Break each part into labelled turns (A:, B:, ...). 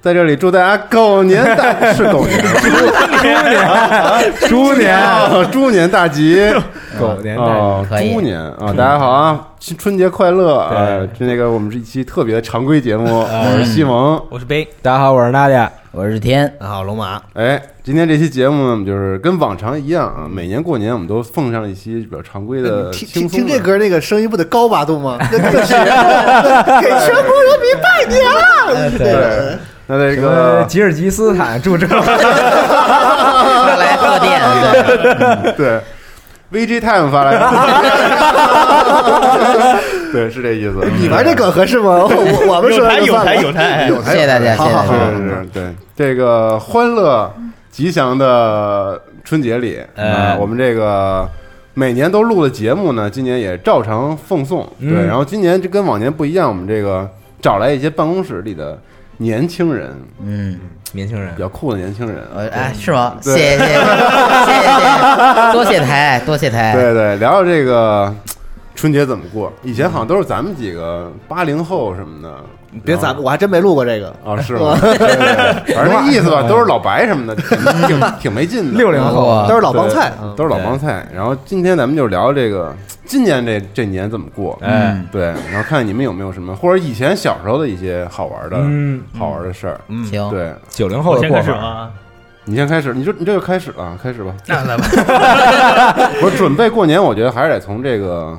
A: 在这里祝大家狗年大是狗年，
B: 猪年
A: 啊，猪年大 吉，
B: 狗年代
A: 啊，
C: 哎可以
A: 猪年啊，大家好啊，新春节快乐啊！这那个我们是一期特别的常规节目，
C: 嗯
A: 我是西蒙，
D: 我是杯，
B: 大家好，我是娜姐。
C: 我是天，
D: 大家好，龙马，
A: 哎，今天这期节目呢，我们就是跟往常一样啊，每年过年我们都奉上一期比较常规
D: 呃
A: 的
E: 呃听
A: 轻
E: 听
A: 松
E: 听
A: 的
E: 这歌，那个声音不得高八度 吗？那那那给全国人民拜年 了！
A: 对，那这
B: 呃，
A: 个
B: 吉尔吉斯坦驻政，
C: 他来 贺
E: 呃
C: 电，对，
A: 嗯对，VG Time 发 来的，对，是这意思。
E: 你玩这梗合适吗？我 我我们说
D: 有台哎
E: 台
D: 有台有台，
C: 谢谢大家，谢
E: 好
C: 谢
E: 好
C: 大
E: 好
C: 家。
A: 是是是，对这个欢乐吉祥的春节里，啊，
D: 哎
A: 我们这个每年都录的节目呢，今年也照常奉送。对，
B: 嗯
A: 然后今年这跟往年不一样，我们这个找来一些办公室里的年轻人，
C: 嗯，
B: 年轻人
A: 比较酷的年轻人啊
C: 我哎是吗？谢
A: 对
C: 谢谢谢谢谢，多谢台多谢台，
A: 哎对对，聊聊这个春节怎么过。以前好像都是咱们几个八零后什么的，
E: 别
A: 然后
D: 啊
E: 咱们，我还真没录过这个。
A: 啊、是吗？对对对反正那意思吧，都是老白什么的，挺挺挺没劲的。
B: 六零后，
C: 哇
E: 都是老帮菜
A: 对
D: 嗯
E: 啊，
A: 都是老帮菜。然后今天咱们就聊这个今年这这年怎么过，
B: 哎
C: 嗯，
A: 对，然后看看你们有没有什么，或者以前小时候的一些好玩的、
B: 嗯，
A: 好玩的事儿。
C: 行，
A: 对
B: 九零
D: 我
B: 后的
D: 先
B: 过
D: 开始
B: 法，
D: 啊，
A: 你先开始，你就你这就开始了，开始吧。
D: 那来吧，
A: 我准备过年，我觉得还是得从这个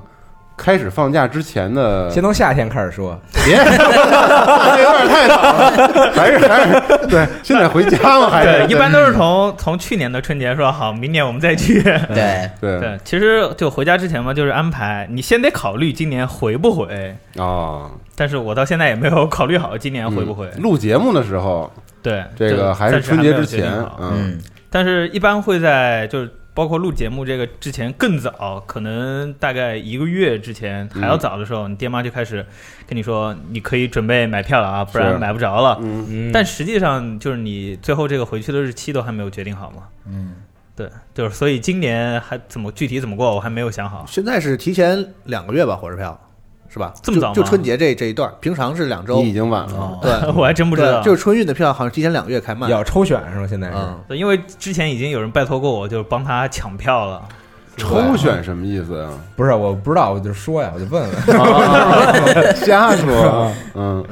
A: 开始放假之前的
B: 先从夏天开始说。
A: 别， 这有点太早了，还是还是对，现在回家嘛，还
D: 对
A: 是，
D: 一般都是从从去年的春节说好，明年我们再去。
C: 对，
A: 嗯对
D: 对，其实就回家之前嘛，就是安排，你先得考虑今年回不回。
A: 啊，
D: 但是我到现在也没有考虑好今年
A: 嗯
D: 回不回。
A: 录节目的时候，
D: 对，
A: 这个
D: 就
A: 还
D: 暂
A: 是
D: 时
A: 春
D: 没
A: 节
D: 有
A: 之
D: 决定
A: 前
D: 好，
A: 嗯
C: 嗯，
D: 但是一般会在就是包括录节目这个之前更早，可能大概一个月之前
A: 嗯
D: 还要早的时候，你爹妈就开始跟你说，你可以准备买票了啊，
A: 是
D: 不然买不着了。
A: 嗯，
B: 嗯
D: 但实际上就是你最后这个回去的日期都还没有决定好嘛。
C: 嗯，
D: 对，就是所以今年还怎么具体怎么过，我还没有想好。
E: 现在是提前两个月吧，火车票是吧？
D: 这么早吗
E: 就就春节这这一段，平常是两周
A: 你。已经晚了，
C: 哦
E: 对，
D: 我还真不知道，
E: 对就是春运的票好像提前两个月开卖。
B: 要抽选是吗？现在是
E: 嗯，
D: 对因为之前已经有人拜托过我，就是帮他抢票了。
A: 抽选什么意思啊呀？
B: 不是？我不知道，我就说呀，我就问问。
A: 瞎 说，嗯。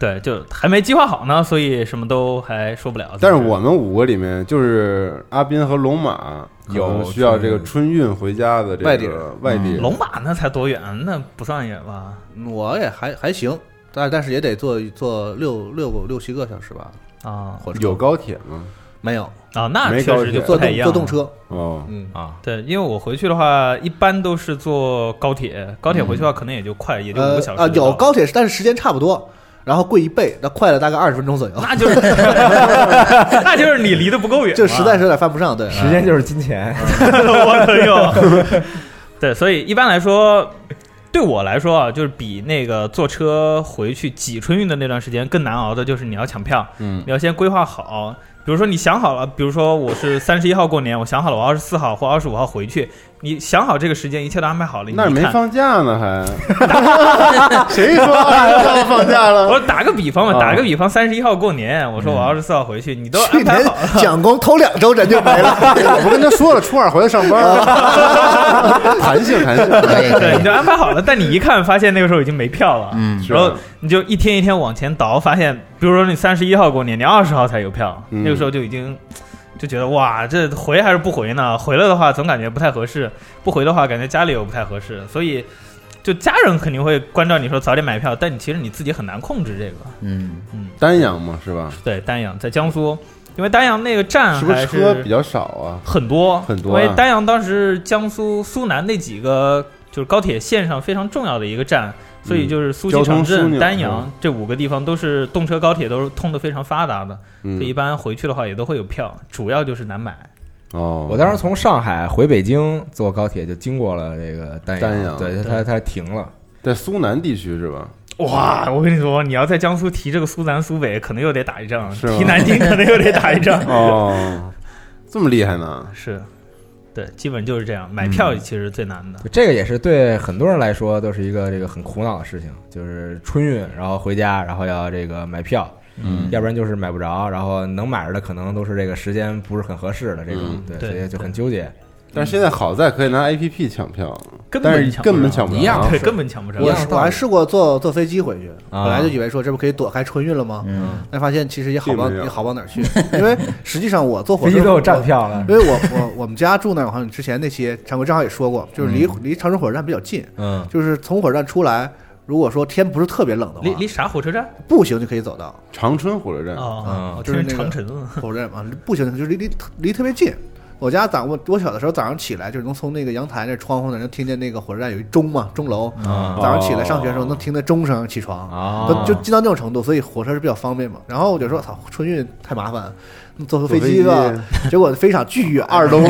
D: 对，就还没计划好呢，所以什么都还说不了。
A: 但是我们五个里面，就是阿斌和龙马
B: 有
A: 可能需要这个春运回家的这个
E: 外地人
A: 外地人
D: 嗯龙马那才多远，那不算远吧？
E: 嗯我也还还行，但但是也得坐坐六六个六七个小时吧，
D: 啊
E: 火车
A: 有高铁吗？
E: 没有？
D: 啊，那
A: 没
D: 确
A: 高
D: 实就
A: 铁
D: 不
E: 坐
D: 太
E: 动
D: 一样。
E: 坐动。车，
A: 哦，
E: 嗯，
B: 啊，
D: 对，因为我回去的话，一般都是坐高铁，高铁回去的话可能也就快，也就五
E: 嗯呃
D: 个小时。
E: 啊，有，高铁，但是时间差不多，然后贵一倍，那快了大概二十分钟左右，
D: 那就是 那就是你离得不够远嘛，
E: 就实在是有点犯不上。对，啊
B: 时间就是金钱。
D: 我的哟。对，所以一般来说，对我来说啊，就是比那个坐车回去挤春运的那段时间更难熬的，就是你要抢票，
A: 嗯
D: 你要先规划好。比如说你想好了，比如说我是三十一号过年，我想好了我二十四号或二十五号回去，你想好这个时间，一切都安排好了，你
A: 那儿
D: 一
A: 没
D: 看。
A: 放假呢，还 谁说二十号放假了？
D: 我打个比方
A: 啊
D: 吧，打个比方，三十一号过年，我说我二十四号回去，你都
E: 去
D: 安排
E: 年
D: 好了。
E: 蒋公头两周人就没了，呃
A: 我不跟他说了，初二回来 上班了，弹性弹 性，
C: 可以可
D: 对，你
C: 以，
D: 就安排好了，但你一看发现那个时候已经没票了，
C: 嗯
A: 是
D: 然后你就一天一天往前倒，发现，比如说你三十一号过年，你二十号才有票，
A: 嗯
D: 那个时候就已经就觉得哇，这回还是不回呢？回了的话总感觉不太合适，不回的话感觉家里又不太合适，所以就家人肯定会关照你说早点买票，但你其实你自己很难控制这个。
C: 嗯
D: 嗯，
A: 丹阳嘛是吧？
D: 对，丹阳在江苏，因为丹阳那个站
A: 是不
D: 还
A: 是
D: 是
A: 车比较少啊？
D: 很多
A: 很多啊
D: 因为丹阳当时是江苏苏南那几个就是高铁线上非常重要的一个站，所以就是苏
A: 嗯交
D: 锡
A: 通
D: 常
A: 枢
D: 镇、
A: 纽嗯
D: 丹阳这五个地方都是动车、高铁都是通的非常发达的，所以一
A: 嗯，
D: 般回去的话也都会有票，主要就是难买。
A: 哦，
B: 我当时从上海回北京坐高铁就经过了这个丹
A: 丹阳
B: 对，它它停了。
A: 在苏南地区是吧？
D: 哇，我跟你说，你要在江苏提这个苏南苏北，可能又得打一仗；
A: 是吗啊
D: 提南京，可能又得打一仗。
A: 哦，这么厉害呢？
D: 是，对，基本就是这样。买票其实最难的，
B: 就这个也是对很多人来说都是一个这个很苦恼的事情，就是春运，然后回家，然后要这个买票，
A: 嗯
B: 要不然就是买不着，然后能买着的可能都是这个时间不是很合适的这种，
A: 嗯
B: 对，
D: 对
B: 所以就很纠结。
A: 但是现在好在可以拿 APP 抢票，
D: 根本
A: 但是
D: 抢不
A: 根本
D: 着
A: 抢不着
B: 一样
D: 对，根本抢不着。
E: 我
B: 一样道理
E: 我还试过坐坐飞机回去，
B: 啊
E: 本来就以为说这不可以躲开春运了吗？
C: 嗯，
E: 但发现其实也好不到
A: 并没有
E: 也好不到哪儿去， 因为实际上我坐火
B: 飞
E: 车
B: 机都有站票了
E: 因，为我我我们家住那儿，好像之前那期常规正好也说过，就是离、离长春火车站比较近，
B: 嗯，
E: 就是从火车站出来，如果说天不是特别冷的
D: 离
E: 话，
D: 离啥火车站？
E: 步行就可以走到
A: 长春火车站
D: 哦，我
E: 嗯就
D: 听
E: 是
D: 成
E: 那个
D: 长城。
E: 火车站嘛，步啊行就是离离离特别近。我家早我我小的时候早上起来就是能从那个阳台那窗户那能听见那个火车站有一钟嘛钟楼，
B: 啊
E: 早上起来上学的时候能听见钟声起床，
B: 啊
E: 都就近到那种程度，所以火车是比较方便嘛。然后我就说操春运太麻烦，坐个飞机吧
A: 坐飞。
E: 结果飞场巨远，
A: 二东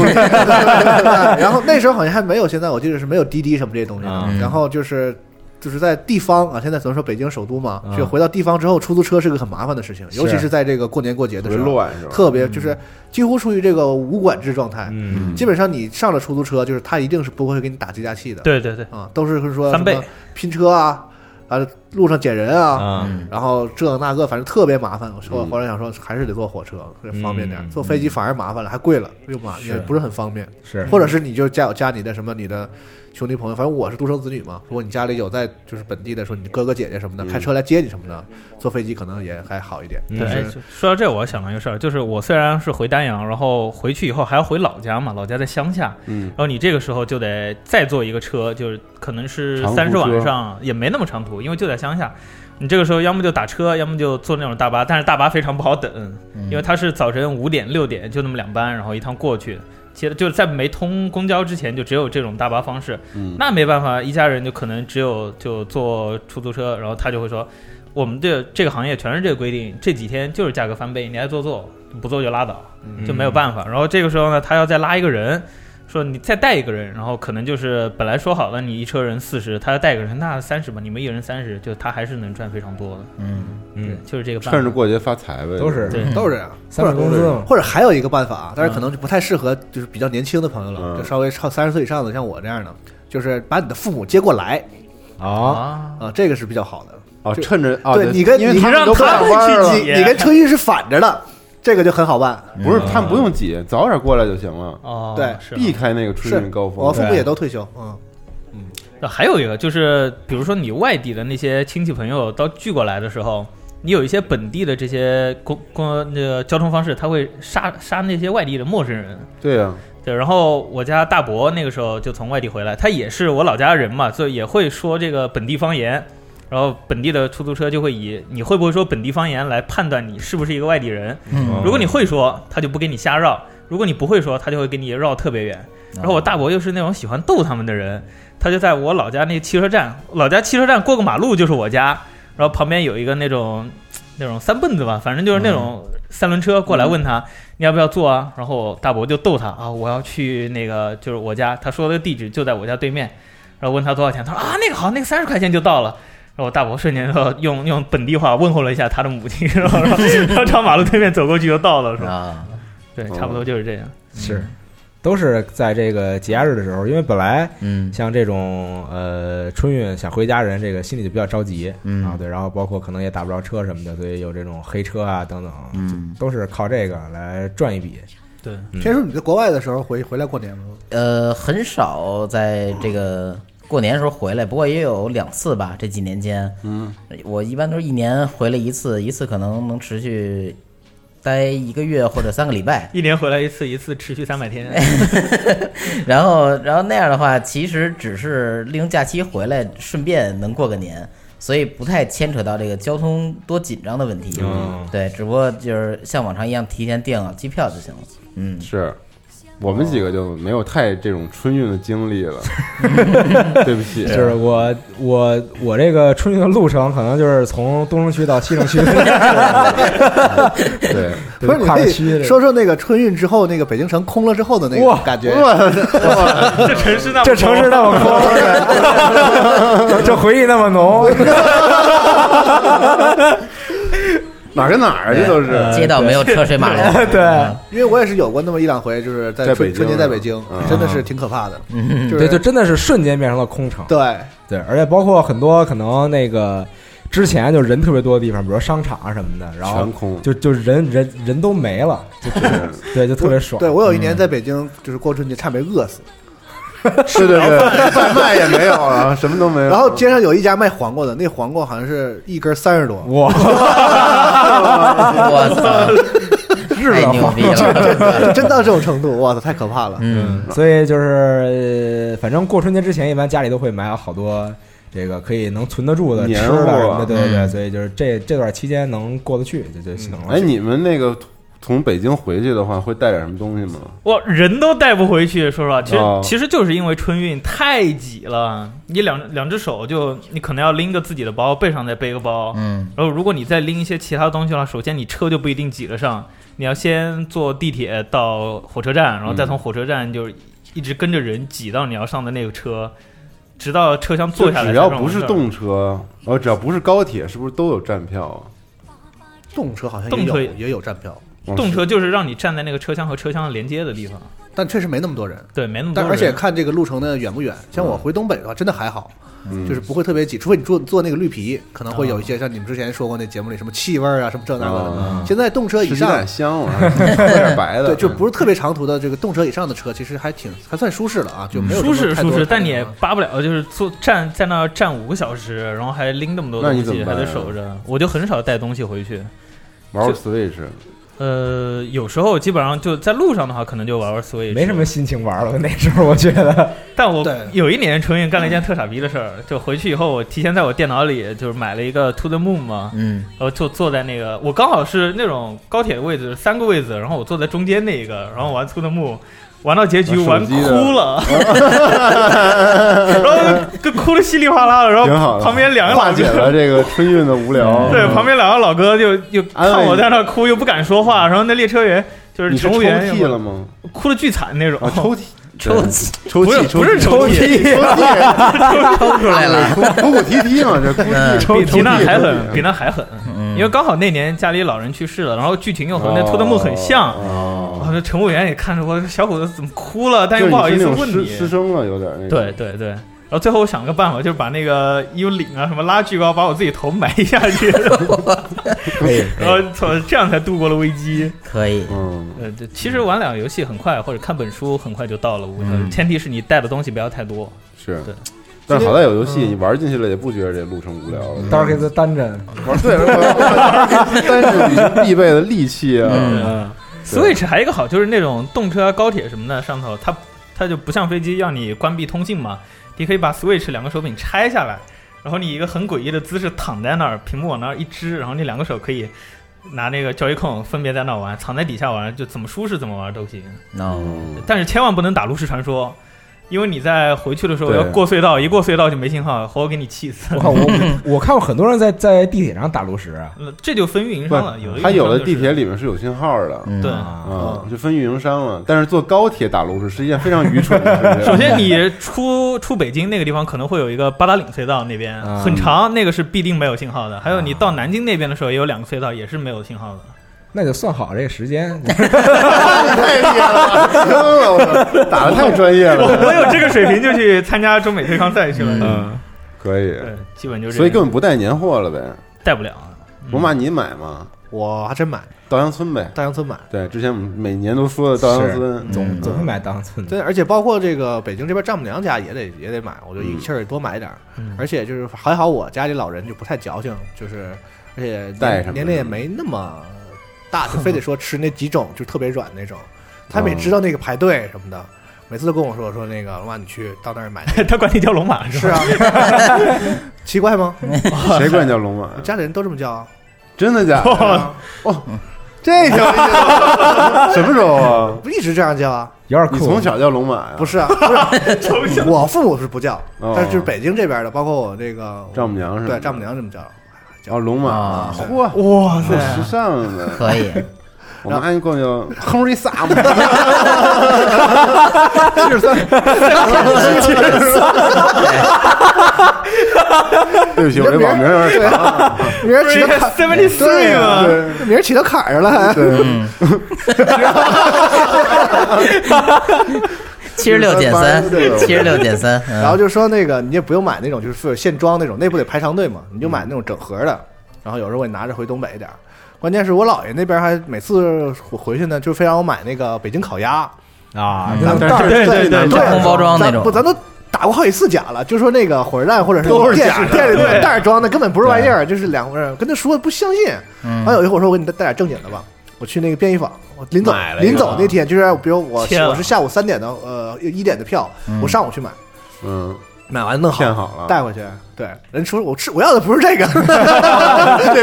E: 然后那时候好像还没有，现在我记得是没有滴滴什么这些东西的。
C: 嗯
E: 然后就是就是在地方啊，现在怎么说北京首都嘛，
B: 嗯
E: 就回到地方之后，出租车是个很麻烦的事情，
B: 是
E: 尤其是在这个过年过节
A: 特
E: 的
A: 别
E: 时候，
A: 乱是吧？
E: 特别就是几乎处于这个无管制状态。
B: 嗯，
E: 基本上你上了出租车，就是他一定是不会给你打急加气的。
D: 对对对，
E: 啊，都是说
D: 翻倍
E: 什么拼车啊，啊路上捡人啊。
B: 啊，
C: 嗯
E: 然后这那个，反正特别麻烦。我说，
A: 嗯
E: 后来想说，还是得坐火车方便点儿
B: 嗯，
E: 坐飞机反而麻烦了，还贵了，又麻也不是很方便。
B: 是，
E: 或者是你就加有加你的什么你的兄弟朋友，反正我是独生子女嘛。如果你家里有在就是本地的，说你哥哥姐姐什么的，开车来接你什么的，坐飞机可能也还好一点。
B: 嗯
D: 对，哎
E: 是
D: 就说到这，我想到一个事儿，就是我虽然是回丹阳，然后回去以后还要回老家嘛，老家在乡下，
A: 嗯，
D: 然后你这个时候就得再坐一个车，就是可能是
A: 长途
D: 三十
A: 车
D: 晚上也没那么长途，因为就在乡下。你这个时候要么就打车，要么就坐那种大巴，但是大巴非常不好等，
A: 嗯
D: 因为它是早晨五点六点就那么两班，然后一趟过去。其实就是在没通公交之前，就只有这种大巴方式。
A: 嗯
D: 那没办法，一家人就可能只有就坐出租车，然后他就会说，我们这这个行业全是这个规定，这几天就是价格翻倍，你爱坐坐，不坐就拉倒。
B: 嗯
D: 就没有办法。然后这个时候呢，他要再拉一个人，说你再带一个人，然后可能就是本来说好了你一车人四十，他要带一个人，那三十吧，你们一人三十，就他还是能赚非常多的。
C: 嗯，
B: 嗯，
D: 就是这个办法。
A: 趁着过节发财呗，
B: 都是
D: 对
E: 都是这样，
B: 三份工资嘛，
E: 或者还有一个办法啊，但是可能就不太适合，就是比较年轻的朋友了，
A: 嗯
E: 就稍微超三十岁以上的，像我这样的，就是把你的父母接过来
B: 啊，
D: 啊，
E: 啊，这个是比较好的。
A: 哦，
E: 就
A: 趁着哦，
E: 对你跟
A: 嗯因为
E: 你
A: 他们
D: 让
A: 都不
D: 他
A: 上
D: 们
A: 班
D: 去
A: 了，
E: 你你跟春运是反着的，这个就很好办。
A: 不是他们不用挤，早点过来就行了，
D: 嗯哦，
E: 对
D: 是吗
A: 避开那个春
E: 是哦
A: 运高峰。
E: 我父母也都退休，嗯，
D: 那还有一个就是，比如说你外地的那些亲戚朋友到聚过来的时候，你有一些本地的这些公公那个交通方式，他会杀杀那些外地的陌生人。
A: 对呀，
D: 对，然后我家大伯那个时候就从外地回来，他也是我老家人嘛，所以也会说这个本地方言。然后本地的出租车就会以你会不会说本地方言来判断你是不是一个外地人。
C: 嗯
D: 如果你会说，他就不给你瞎绕；如果你不会说，他就会给你绕特别远。然后我大伯又是那种喜欢逗他们的人，他就在我老家那汽车站，老家汽车站过个马路就是我家，然后旁边有一个那种那种三蹦子吧，反正就是那种
B: 嗯
D: 三轮车过来问他、你要不要坐啊，然后大伯就逗他啊，我要去那个就是我家，他说的地址就在我家对面，然后问他多少钱，他说啊那个好，那个三十块钱就到了。然后我大伯瞬间说用用本地话问候了一下他的母亲， 然后然后然后朝马路对面走过去就到了，
B: 哦
D: 是吧？
C: 啊，
D: 对，差不多就是这样。
B: 是，都是在这个节假日的时候，因为本来
C: 嗯
B: 像这种呃春运想回家人，这个心里就比较着急，
C: 嗯
B: 啊对，然后包括可能也打不着车什么的，所以有这种黑车啊等等，
C: 嗯，
B: 都是靠这个来赚一笔。
D: 对，
B: 嗯
E: 天叔，你在国外的时候回回来过年吗？
C: 呃，很少在这个过年的时候回来，不过也有两次吧。这几年间，嗯，我一般都是一年回来一次，一次可能能持续待一个月或者三个礼拜。
D: 一年回来一次，一次持续三 百天。
C: 然后，然后那样的话，其实只是利用假期回来，顺便能过个年，所以不太牵扯到这个交通多紧张的问题。
B: 嗯
C: 对，只不过就是像往常一样提前订好机票就行了。嗯，
A: 是我们几个就没有太这种春运的经历了， 对不
E: 啊
A: 起，
B: 就是我我我这个春运的路程，可能就是从东城区到西城区，
A: 对，
E: 不是，你
B: 跨
E: 可
B: 个区这
E: 以
B: 个
E: 说说那个春运之后，那个北京城空了之后的那
B: 哇
E: 个感觉。
D: 这城市那么
B: 这城市那么空， 这回忆那么浓，
A: 哪儿跟哪儿这都是
C: 街道没有车水马龙，嗯
B: 对
E: 因为我也是有过那么一两回，就是在
A: 在北京
E: 春春节在北京
A: 嗯，
E: 真的是挺可怕的。嗯，就
B: 对，就是真的是瞬间变成了空城。
E: 对，
B: 对，而且包括很多可能那个之前就人特别多的地方，比如说商场啊什么的，然后
A: 全空，嗯
B: 就就人人人都没了，就对，就特别爽。
E: 对我有一
D: 嗯
E: 年在北京，就是过春节差没饿死。
A: 是 对对，外卖也没有了，什么都没有。
E: 然后街上有一家卖黄瓜的，那黄瓜好像是一根三十多，
B: 哇，
C: 我操，
B: 日
C: 太
B: 子
C: 牛
B: 好
C: 逼了！
E: 就真到这种程度，哇塞，太可怕了。
C: 嗯，
B: 所以就是，呃反正过春节之前，一般家里都会买好多这个可以能存得住的吃
A: 年
B: 的
A: 货
B: 什么的，对对对。
C: 嗯
B: 所以就是这这段期间能过得去，就就行
D: 嗯
B: 了。
A: 哎，你们那个从北京回去的话，会带点什么东西吗？
D: 我人都带不回去，说实话，其实、
A: 哦
D: 其实就是因为春运太挤了，你两两只手就你可能要拎个自己的包，背上再背个包，
C: 嗯，
D: 然后如果你再拎一些其他东西的话，首先你车就不一定挤得上，你要先坐地铁到火车站，然
A: 嗯
D: 后再从火车站就是一直跟着人挤到你要上的那个车，直到车厢坐下来。
A: 只要不是，动车，哦，只要不是高铁，是不是都有站票啊？
E: 动车好像也
D: 动
E: 有
D: 车
E: 也有站票，
A: 哦
D: 动
A: 是
D: 车就是让你站在那个车厢和车厢连接的地方，
E: 但确实没那么多人。
D: 对，没那么多
E: 但
D: 人。
E: 而且看这个路程的远不远，像
A: 嗯
E: 我回东北的话，真的还好，就是不会特别挤，除非你坐坐那个绿皮，可能
D: 啊
E: 会有一些像你们之前说过那节目里什么气味儿啊，什么这那个
A: 啊
E: 的。现在动车以
A: 吃鸡嗯
E: 上
A: 蛋，香，我还喝点白 的，
E: 对，就不是特别长途的这个动车以上的车，其实还挺还算舒适了啊，就没有
D: 舒适
E: 什么太
D: 舒
E: 多
D: 适，
E: 的
D: 但你也
E: 那个
D: 扒不了，就是坐站在那儿站五个小时，然后还拎那么多
A: 那你怎
D: 东西，
A: 么
D: 还
A: 办
D: 得
A: 啊
D: 守着。我就很少带东西回去，
A: 玩玩
D: 就
A: Switch，
D: 呃，有时候基本上就在路上的话，可能就玩玩 Switch，
B: 没什么。心情玩了，那时候我 觉得，
D: 但我
E: 对
D: 有一年春运干了一件特傻逼的事儿，就回去以后，我提前在我电脑里就是买了一个 To the Moon 嘛，
C: 嗯，
D: 然后呃就坐在那个，我刚好是那种高铁的位置，三个位置，然后我坐在中间那一个，然后玩 To the Moon。玩到结局
A: 玩啊
D: 玩
A: 手机
D: 哭
A: 的
D: 了， 然后跟哭的稀里哗啦的，然
A: 挺好
D: 后
A: 的
D: 旁边两个老
A: 化解
D: 哥，
A: 了这个春运的无聊。嗯
D: 对，旁边两个老哥就又
A: 安慰
D: 看我
A: 你
D: 在那儿哭，又不敢说话，然后那列车员就是
A: 你是
D: 乘
A: 抽
D: 务员
A: 屉了吗？
D: 哭的巨惨那种，
A: 啊，抽屉，
C: 抽
A: 对
C: 屉
A: 抽
D: 不是
A: 屉，抽
D: 不是
A: 抽
D: 哦抽
A: 屉，
D: 屉
A: 抽屉，
C: 抽 出来 了，
A: 对哭哭哭啼啼嘛，这哭
C: 嗯
A: 泣，
D: 比
A: 抽
D: 比那
A: 屉
D: 还
A: 抽
D: 狠，
A: 屉
D: 比那还狠，
C: 嗯
D: 因为刚好那年家里老人去世了，然后剧情又和那《托特木》很像。
A: 哦
D: 我这乘务员也看着我，小伙子怎么哭了，但又
A: 就
D: 不好
A: 是
D: 意
A: 你是
D: 思
A: 那种
D: 问
A: 失失
D: 你。
A: 声了，有点那种
D: 对对对，然后最后我想了个办法，就是把那个衣服领啊什么拉巨高，把我自己头埋下 去，
B: 哎，
D: 然后从这样才度过了危机。
C: 可以，
A: 嗯，
D: 呃，对其实玩两个游戏很快，或者看本书很快就到了屋，
A: 嗯
D: 前提是你带的东西不要太多。
A: 是
D: 对。嗯
A: 但是好在有游戏，你玩进去了也不觉得这路程无聊了。
B: 到时候嗯给他单针，
A: 玩对，但是旅行必备的利器啊，
D: 嗯，Switch 还有一个好就是那种动车、高铁什么的上头，它它就不像飞机让你关闭通信嘛，你可以把 Switch 两个手柄拆下来，然后你一个很诡异的姿势躺在那儿，屏幕往那儿一支，然后你两个手可以拿那个 Joy-Con 分别在那儿玩，藏在底下玩，就怎么舒适怎么玩都行。
C: no，
A: 嗯
D: 但是千万不能打炉石传说。因为你在回去的时候
A: 对
D: 要过隧道，一过隧道就没信号，活活给你气死
B: 我。靠，我我看过很多人在在地铁上打炉石啊，
D: 呃这就分运营商了，嗯有的
A: 不，它有
D: 的
A: 的地铁里面是有信号的，
C: 嗯
D: 对
A: 啊，就分运营商了。但是坐高铁打炉石是一件非常愚蠢的事情。
D: 首先，你出出北京那个地方可能会有一个八达岭隧道，那边
B: 嗯
D: 很长，那个是必定没有信号的。还有你到南京那边的时候，也有两个隧道也是没有信号的。
B: 那就算好这个时
A: 嗯
B: 间，
A: 太厉害了，坑了，我操，打的太专业
D: 我
A: 了，
D: 我有这个水平就去参加中美对抗赛去了。
B: 嗯，
A: 可以。
D: 对，嗯基本就是。
A: 所以根本不带年货了呗，
D: 带不了。
A: 罗马你买嘛，
E: 我还真买
A: 稻香村呗。
E: 大洋村买。
A: 对，之前我们每年都说的稻香村，
B: 总
C: 嗯
B: 总会买当寸的，
E: 对，而且包括这个北京这边丈母娘家也得也得买，我就一气儿多买点儿。
D: 嗯
E: 而且就是还好我家里老人就不太矫情，就是而且年
A: 带什么
E: 年龄也没那么大，就非得说吃那几种就特别软那种。他们也
A: 哦
E: 知道那个排队什么的，每次都跟我说说那个老马你去到那儿买那个。
D: 他管你叫龙马是
E: 是
D: 吧？
E: 啊， 奇怪吗？
A: 谁管叫龙马？
E: 我家里人都这么叫啊。
A: 真的假
E: 对
A: 的？
E: 啊
A: 哦，
E: 这叫
A: 什么时候啊？
E: 不一直这样叫啊？
B: 有点
A: 你
B: 酷。
A: 从小叫龙马呀？
E: 不
A: 是，
E: 是啊， 不是，我父母是不叫，
A: 哦
E: 但是就是北京这边的，包括我这个
A: 丈母娘是吧？
E: 对丈母娘这么叫，
A: 哦，龙马
C: 啊，
A: 嚯，
D: 哇
A: 挺时尚的。
C: 可以，
A: 我们爱管叫 Henry Sam，对不起，我这网名有点长。
E: 名儿起
D: 这
E: 到
D: 个
E: 坎，
D: seventy
E: 对
D: three
E: 啊
D: 嘛，
A: 对
E: 名儿起到坎上了还。
A: 对，
C: 七十六减三
A: 对，
C: 七十六减三，
E: 然后
C: 嗯，
E: 就说那个你也不用买那种就是现装那种，内部得排长队嘛，你就买那种整盒的。然后有时候我也拿着回东北一点儿。关键是我姥爷那边还每次我回去呢，就非让我买那个北京烤鸭，
B: 啊，
E: 咱们
D: 嗯对
E: 袋儿
D: 对
E: 对
D: 对对
E: 对
C: 真空包装那
E: 咱
C: 种
E: 不，咱都打过好几次假了，就说那个火车站或者是
A: 都是
E: 电
A: 假的
E: 店里
D: 对
E: 袋儿装的，根本不是玩意儿，就是两回事儿。跟他说不相信，
C: 嗯
E: 然后有一回我说我给你带带点正经的吧，我去那个便衣坊，我临走
B: 买了一个
E: 临走那天就是比如我
D: 天啊
E: 我是下午三点的呃一点的票，我上午去买，
A: 嗯，
E: 买完弄
A: 骗好了
E: 带回去。对，人说我吃我要的不是这个， 这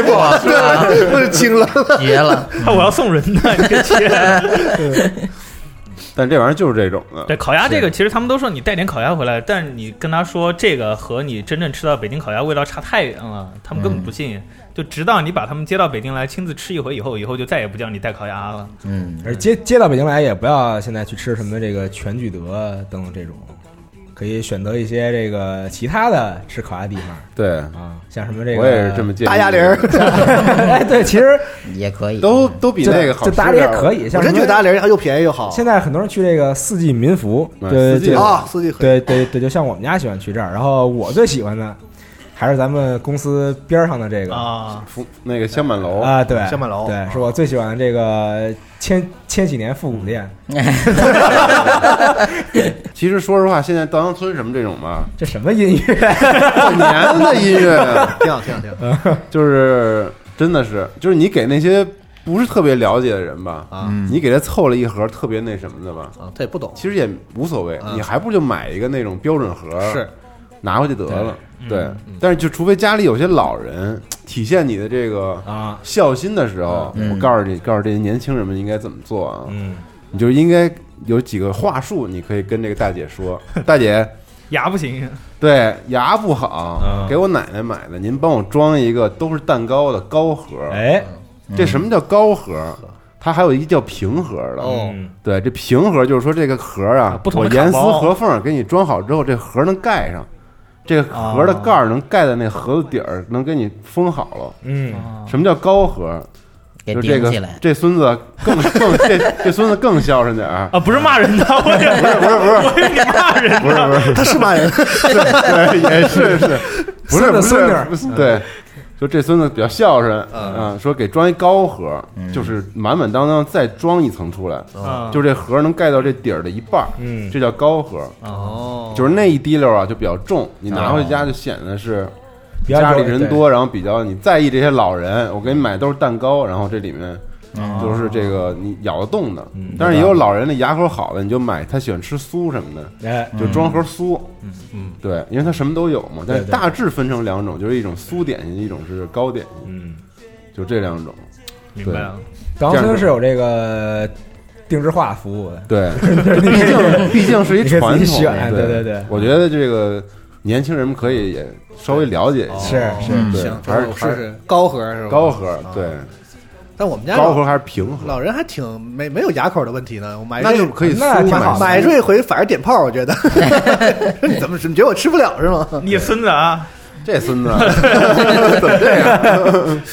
C: 嗯
E: 不好，对，我就惊了。
C: 绝了，
D: 我要送人的，你这天。
A: 但这玩意儿就是这种的。
D: 对烤鸭这个，其实他们都说你带点烤鸭回来，但是你跟他说这个和你真正吃到北京烤鸭味道差太远了，他们根
A: 嗯
D: 本不信。就直到你把他们接到北京来亲自吃一回以后，以后就再也不叫你带烤鸭了。
C: 嗯，
B: 而接接到北京来，也不要现在去吃什么这个全聚德等等这种，可以选择一些这个其他的吃烤鸭地方
A: 对，
B: 啊，像什么这个
A: 我也是这么建议。
E: 大鸭梨儿，
B: 哎，对，其实
C: 也可以，
A: 都都比
B: 就
A: 那个好
B: 就
A: 吃
B: 大
A: 点
B: 家
A: 儿
B: 也可。以，
E: 我
B: 像
E: 真觉得大
B: 家
E: 鸭梨儿又便宜又好
B: 现在很多人去这个四季民福，
A: 嗯
B: 对
A: 四季
B: 对
E: 啊，四季合一。
B: 对对对，就像我们家喜欢去这儿，然后我最喜欢的还是咱们公司边儿上的这
E: 嗯
B: 个
D: 啊，
A: 福那个香满楼，
B: 啊，对，
E: 香满楼
B: 对，是我最喜欢的这个千千禧年复古店，
A: 其实说实话，现在稻香村什么这种吧，
B: 这什么音乐？
A: 过年的音乐啊
E: 挺好，挺好，挺好
A: 就是真的是，就是你给那些不是特别了解的人吧，
E: 啊
A: 你给他凑了一盒特别那什么的吧，
E: 啊！他也不懂，
A: 其实也无所谓，
E: 啊
A: 你还不如就买一个那种标准盒，
E: 是
A: 拿回去得了。对，但是就除非家里有些老人体现你的这个
B: 啊，
A: 孝心的时候，
C: 嗯
A: 我告诉你，告诉这些年轻人们应该怎么做啊，
B: 嗯，
A: 你就应该有几个话术，你可以跟这个大姐说，大姐。
D: 牙不行，
A: 对，牙不好，
B: 嗯
A: 给我奶奶买的。您帮我装一个都是蛋糕的高盒。
B: 哎，
A: 这什么叫高盒？它还有一叫平盒的。
E: 哦
B: 嗯
A: 对，这平盒就是说这个盒
D: 啊
A: 啊，
D: 不同
A: 我
D: 的
A: 严丝
D: 卡包
A: 合缝给你装好之后，这盒能盖上，这个盒的盖儿能盖在那盒子底儿，能给你封好了。
B: 嗯，
A: 什么叫高盒？
C: 给
A: 就这
C: 顶
A: 个
C: 起来，
A: 这孙子更 更这这孙子更孝顺点儿。
D: 啊，不是骂人的，我以为
A: 不是不是
D: 我以为你骂人
A: 不是不是，
E: 他是骂人，
A: 对，也是是，不是不是
B: 孙子孙女儿
A: 不是对，说这孙子比较孝顺，啊，说给装一高盒，就是满满当当再装一层出来，
D: 啊，
A: 就这盒能盖到这底儿的一半儿，
B: 嗯
A: 这叫高盒，
E: 哦
A: 就是那一滴溜儿啊就比较重，你拿回家就显得是。
B: 比较
A: 家里
B: 有
A: 人多，然后比较你在意这些老人，我给你买都是蛋糕，然后这里面都是这个你咬得动的，但是也有老人的牙口好的，你就买他喜欢吃酥什么的，
B: 对哎，
A: 就装盒酥，嗯嗯，对，因为它什么都有嘛，但是
B: 对对
A: 大致分成两种，就是一种酥点心，一种是糕点心，
B: 嗯，
A: 就这两种。
D: 明白了，
B: 港村是有这个定制化服务的，
A: 对，毕竟毕竟是一
B: 你可以
A: 传
B: 自己
A: 统，
B: 选对
A: 对
B: 对对
A: 我觉得这个年轻人们可以也稍微了解一下，
B: 是是，
C: 嗯
A: 对
E: 行，
A: 还是
E: 这我试试高盒是吧？啊
A: 高，盒，对，
E: 但我们家
A: 高盒还是平盒，
E: 哦老人还挺没没有牙口的问题呢。我买
A: 那
E: 这
A: 就可以
B: 那
A: 酥
B: 挺
E: 买
B: 好
A: 买
E: 买这回反而点炮，我觉 得。你怎么你觉得我吃不了是吗？
D: 你孙子啊，
A: 这孙子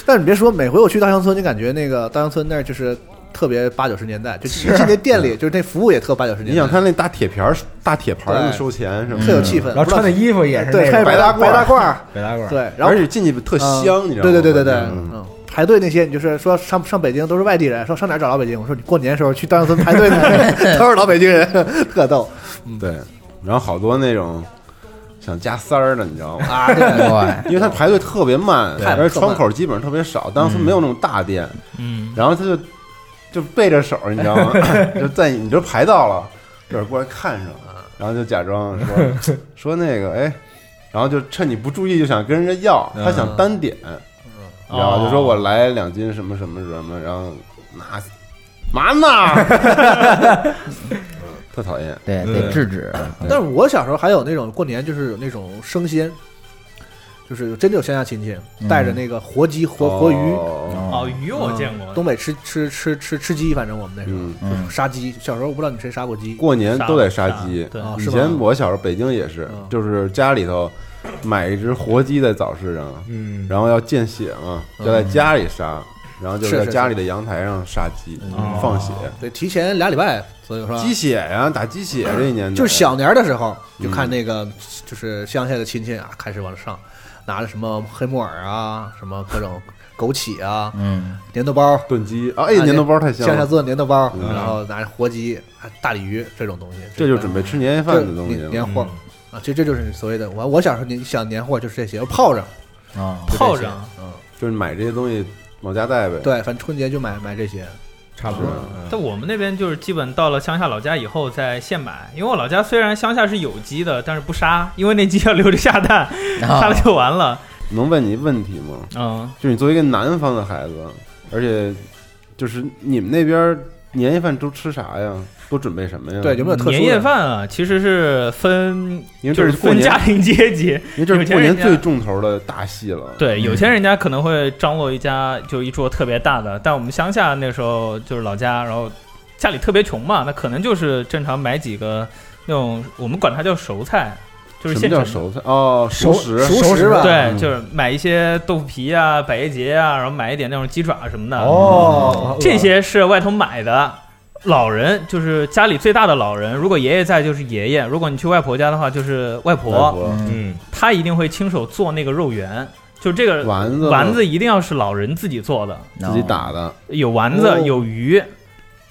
E: 但是你别说，每回我去稻香村，就感觉那个稻香村那儿就是特别八九十年代，就一进那店里，就是那服务也特八九十
A: 你
E: 年代。
A: 想看那大铁盘儿大铁盘儿那
E: 对
A: 收钱什么
E: 特有
A: 的，
E: 气氛，
B: 然后穿的衣服也是
E: 对，
B: 那
E: 穿
B: 种
A: 白
E: 着白
A: 大
E: 白大褂儿，
B: 白大褂，，
E: 对，然后嗯
A: 而且进去特香，你知道吗？
E: 对对对对对，
A: 嗯
E: 嗯，排队那些，你就是说上上北京都是外地人，说上哪儿找老北京？我说你过年时候去稻香村排队 的都是老北京人，特逗
A: 对，然后好多那种想加塞儿的，你知道 吗？
E: 啊！对
C: 对，
A: 因为他排队特别慢，
E: 对
A: 而且
E: 特
A: 窗
E: 慢
A: 口基本上特别少，当时没有那种大店，
D: 嗯，
A: 然后他就就背着手，你知道吗？ 就在你就排到了，有人过来看上，
E: 啊
A: 然后就假装 说说那个哎，然后就趁你不注意就想跟
E: 啊
A: 啊
E: 哦
A: 人家要，他想单点，然后就说我来两斤什么什么什么，然后那嘛呢？ 特讨厌。
C: 对，
B: 对
C: 得制止。
A: 嗯
C: 啊
E: 但是我小时候还有那种过年就是有那种生鲜，就是有真的有乡下亲戚
C: 嗯
E: 带着那个活鸡、活活鱼，嗯
A: 哦
D: 哦，鱼我见过，
E: 东北吃吃吃吃吃鸡，反正我们那时候
A: 嗯，
C: 嗯，
E: 杀鸡。小时候我不知道你们谁杀过鸡，
A: 过年都得杀
D: 杀
A: 鸡。
D: 对
E: 啊
D: 哦
A: 以
E: 是
A: 前
E: 吗？
A: 我小时候北京也是
E: 嗯，
A: 就是家里头买一只活鸡在早市上，
B: 嗯，
A: 然后要见血嘛，
E: 嗯
A: 就在家里杀，然后就是
E: 是
A: 在
E: 是哦
A: 家里的阳台上杀鸡
D: 嗯，
A: 放血，
E: 对，提前俩礼拜左右是吧？
A: 鸡血呀，打鸡血这一年代
E: 就是小年儿的时候，
A: 嗯
E: 就看那个就是乡下的亲戚啊，开始往上拿着什么黑木耳啊，什么各种枸杞啊，
C: 嗯，
E: 粘豆包，
A: 炖鸡，啊哎，
E: 啊
A: 年头包太香
E: 乡下
A: 了，
E: 做的粘豆包，
A: 嗯
E: 然后拿着活鸡、啊大鲤鱼这种东西，
A: 这就是准备吃年夜饭的东西
E: 年
A: 了。
E: 年货啊，这这就是所谓的我我小时候年想年货就是这些，炮仗，
C: 啊，
E: 就这些
D: 炮仗，
E: 嗯，
A: 就是买这些东西往家带呗。
E: 对，反正春节就买买这些，
B: 差不多嗯
A: 是。
D: 但我们那边就是基本到了乡下老家以后再现买，因为我老家虽然乡下是有鸡的，但是不杀，因为那鸡要留着下蛋，
C: 啊
D: 杀了就完了。
A: 能问你问题吗？
D: 嗯，
A: 就是你作为一个南方的孩子，而且就是你们那边年夜饭都吃啥呀？都准备什么呀？
E: 对，有没有特殊的
D: 嗯年夜？饭啊，其实是分
A: 因为
D: 就
A: 这
D: 是
A: 是过
D: 分
A: 年，
D: 家庭阶级，
A: 因为这
D: 有
A: 是
D: 钱
A: 过年
D: 人家
A: 最重头的大戏了。，
D: 对，有钱人家可能会张罗一家就一桌特别大的，但我们乡下那时候就是老家，然后家里特别穷嘛，那可能就是正常买几个那种我们管它叫熟菜，就
A: 什
D: 是
A: 么
D: 现成
A: 叫
D: 的
A: 熟菜？哦，熟食。
E: 熟食吧
D: 对
A: 嗯，
D: 就是买一些豆腐皮啊、百叶结啊，然后买一点那种鸡爪什么
B: 嗯
D: 的。，
B: 哦，
D: 这些是外头买的。老人就是家里最大的老人，如果爷爷在就是爷爷，如果你去外婆家的话就是外婆，
A: 外婆
C: 嗯
B: 嗯，
D: 她一定会亲手做那个肉圆，就这个
A: 丸子，
D: 丸子一定要是老人自己做的，
A: 自己打的，
D: 有丸子、
E: 哦
D: 有鱼，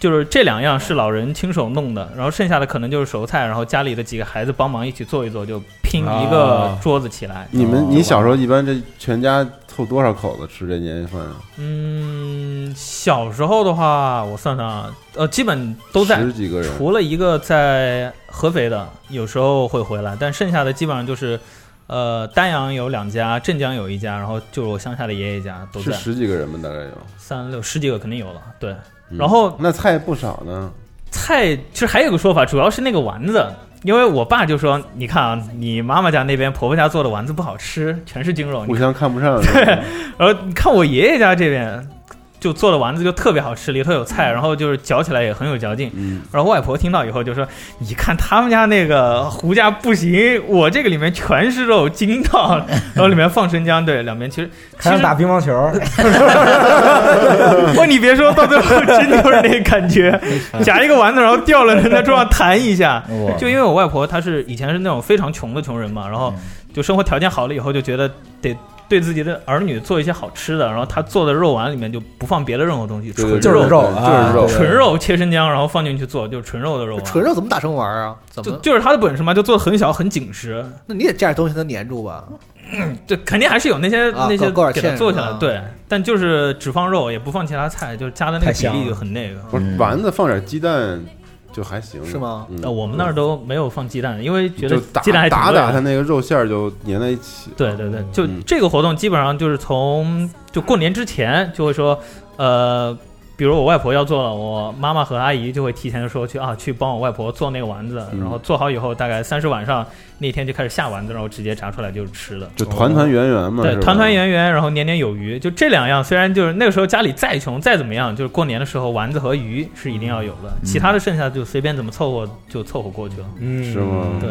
D: 就是这两样是老人亲手弄的，然后剩下的可能就是熟菜，然后家里的几个孩子帮忙一起做一做，就拼一个
B: 啊
D: 桌子起来。
A: 你们，
C: 哦
A: 你小时候一般这全家凑多少口子吃这年夜饭啊？
D: 嗯，小时候的话，我算算啊，呃，基本都在
A: 十，几个人，
D: 除了一个在合肥的，有时候会回来，但剩下的基本上就是，呃，丹阳有两家，镇江有一家，然后就是我乡下的爷爷家都
A: 是
D: 在，
A: 十几个人吧？大概有。
D: 三六十几个肯定有了。对，
A: 嗯
D: 然后
A: 那菜不少呢，
D: 菜其实还有个说法，主要是那个丸子。因为我爸就说：“你看啊，你妈妈家那边婆婆家做的丸子不好吃，全是精肉。哦你
A: 互相看不上。是吧
D: 然后你看我爷爷家这边，就做的丸子就特别好吃，里头有菜，然后就是嚼起来也很有嚼劲。
A: 嗯，
D: 然后外婆听到以后就说：“你看他们家那个胡家不行，我这个里面全是肉，筋道，然后里面放生姜，对，两边其实其
B: 还想
D: 实
B: 打乒乓球，
D: 不，你别说到最后真就是那感觉，夹一个丸子，然后掉了人在桌上弹一下。
C: 我
D: 就因为我外婆她是以前是那种非常穷的穷人嘛，然
C: 嗯
D: 后就生活条件好了以后就觉得得。对自己的儿女做一些好吃的，然后她做的肉丸里面就不放别的任何东西，
A: 对
D: 纯
A: 对
B: 就是
A: 对
B: 肉
A: 对就
B: 啊
A: 是肉，
D: 纯肉切生姜，然后放进去做，就是纯肉的肉丸。
E: 纯肉怎么打成丸儿啊？怎
D: 就
E: 么？
D: 就是它的本事嘛，就做的很小很紧实，
E: 那你得加点东西能粘住吧？
D: 对，肯定还是有那些、
E: 啊
D: 那些
E: 勾勾点
D: 给它
E: 芡
D: 做下
E: 是
D: 来
E: 吧，
D: 对，但就是只放肉也不放其他菜，就是加的那
B: 太
D: 个比
B: 香
D: 例
B: 了
D: 就很那个。
A: 不是
C: 嗯
A: 丸子放点鸡蛋就还行，
E: 是吗
A: 嗯
D: 呃，我们那儿都没有放鸡蛋，因为觉得
A: 就打
D: 鸡蛋还挺
A: 打
D: 贵
A: 打它
D: 的。
A: 那个肉馅儿就粘在一起。
D: 对对对，就
A: 嗯
D: 这个活动基本上就是从就过年之前就会说，呃，比如我外婆要做了，我妈妈和阿姨就会提前说去啊去帮我外婆做那个丸子，
A: 嗯
D: 然后做好以后大概三十晚上那天就开始下丸子，然后直接炸出来就是吃的。
A: 就团团圆圆嘛，
D: 对
A: 是，吧
D: 团团。圆圆，然后年年有余，就这两样。虽然就是那个时候家里再穷再怎么样，就是过年的时候丸子和鱼是一定要有
A: 嗯
D: 的，其他的剩下就随便怎么凑合就凑合过去了。
B: 嗯，
A: 是吗
D: 对，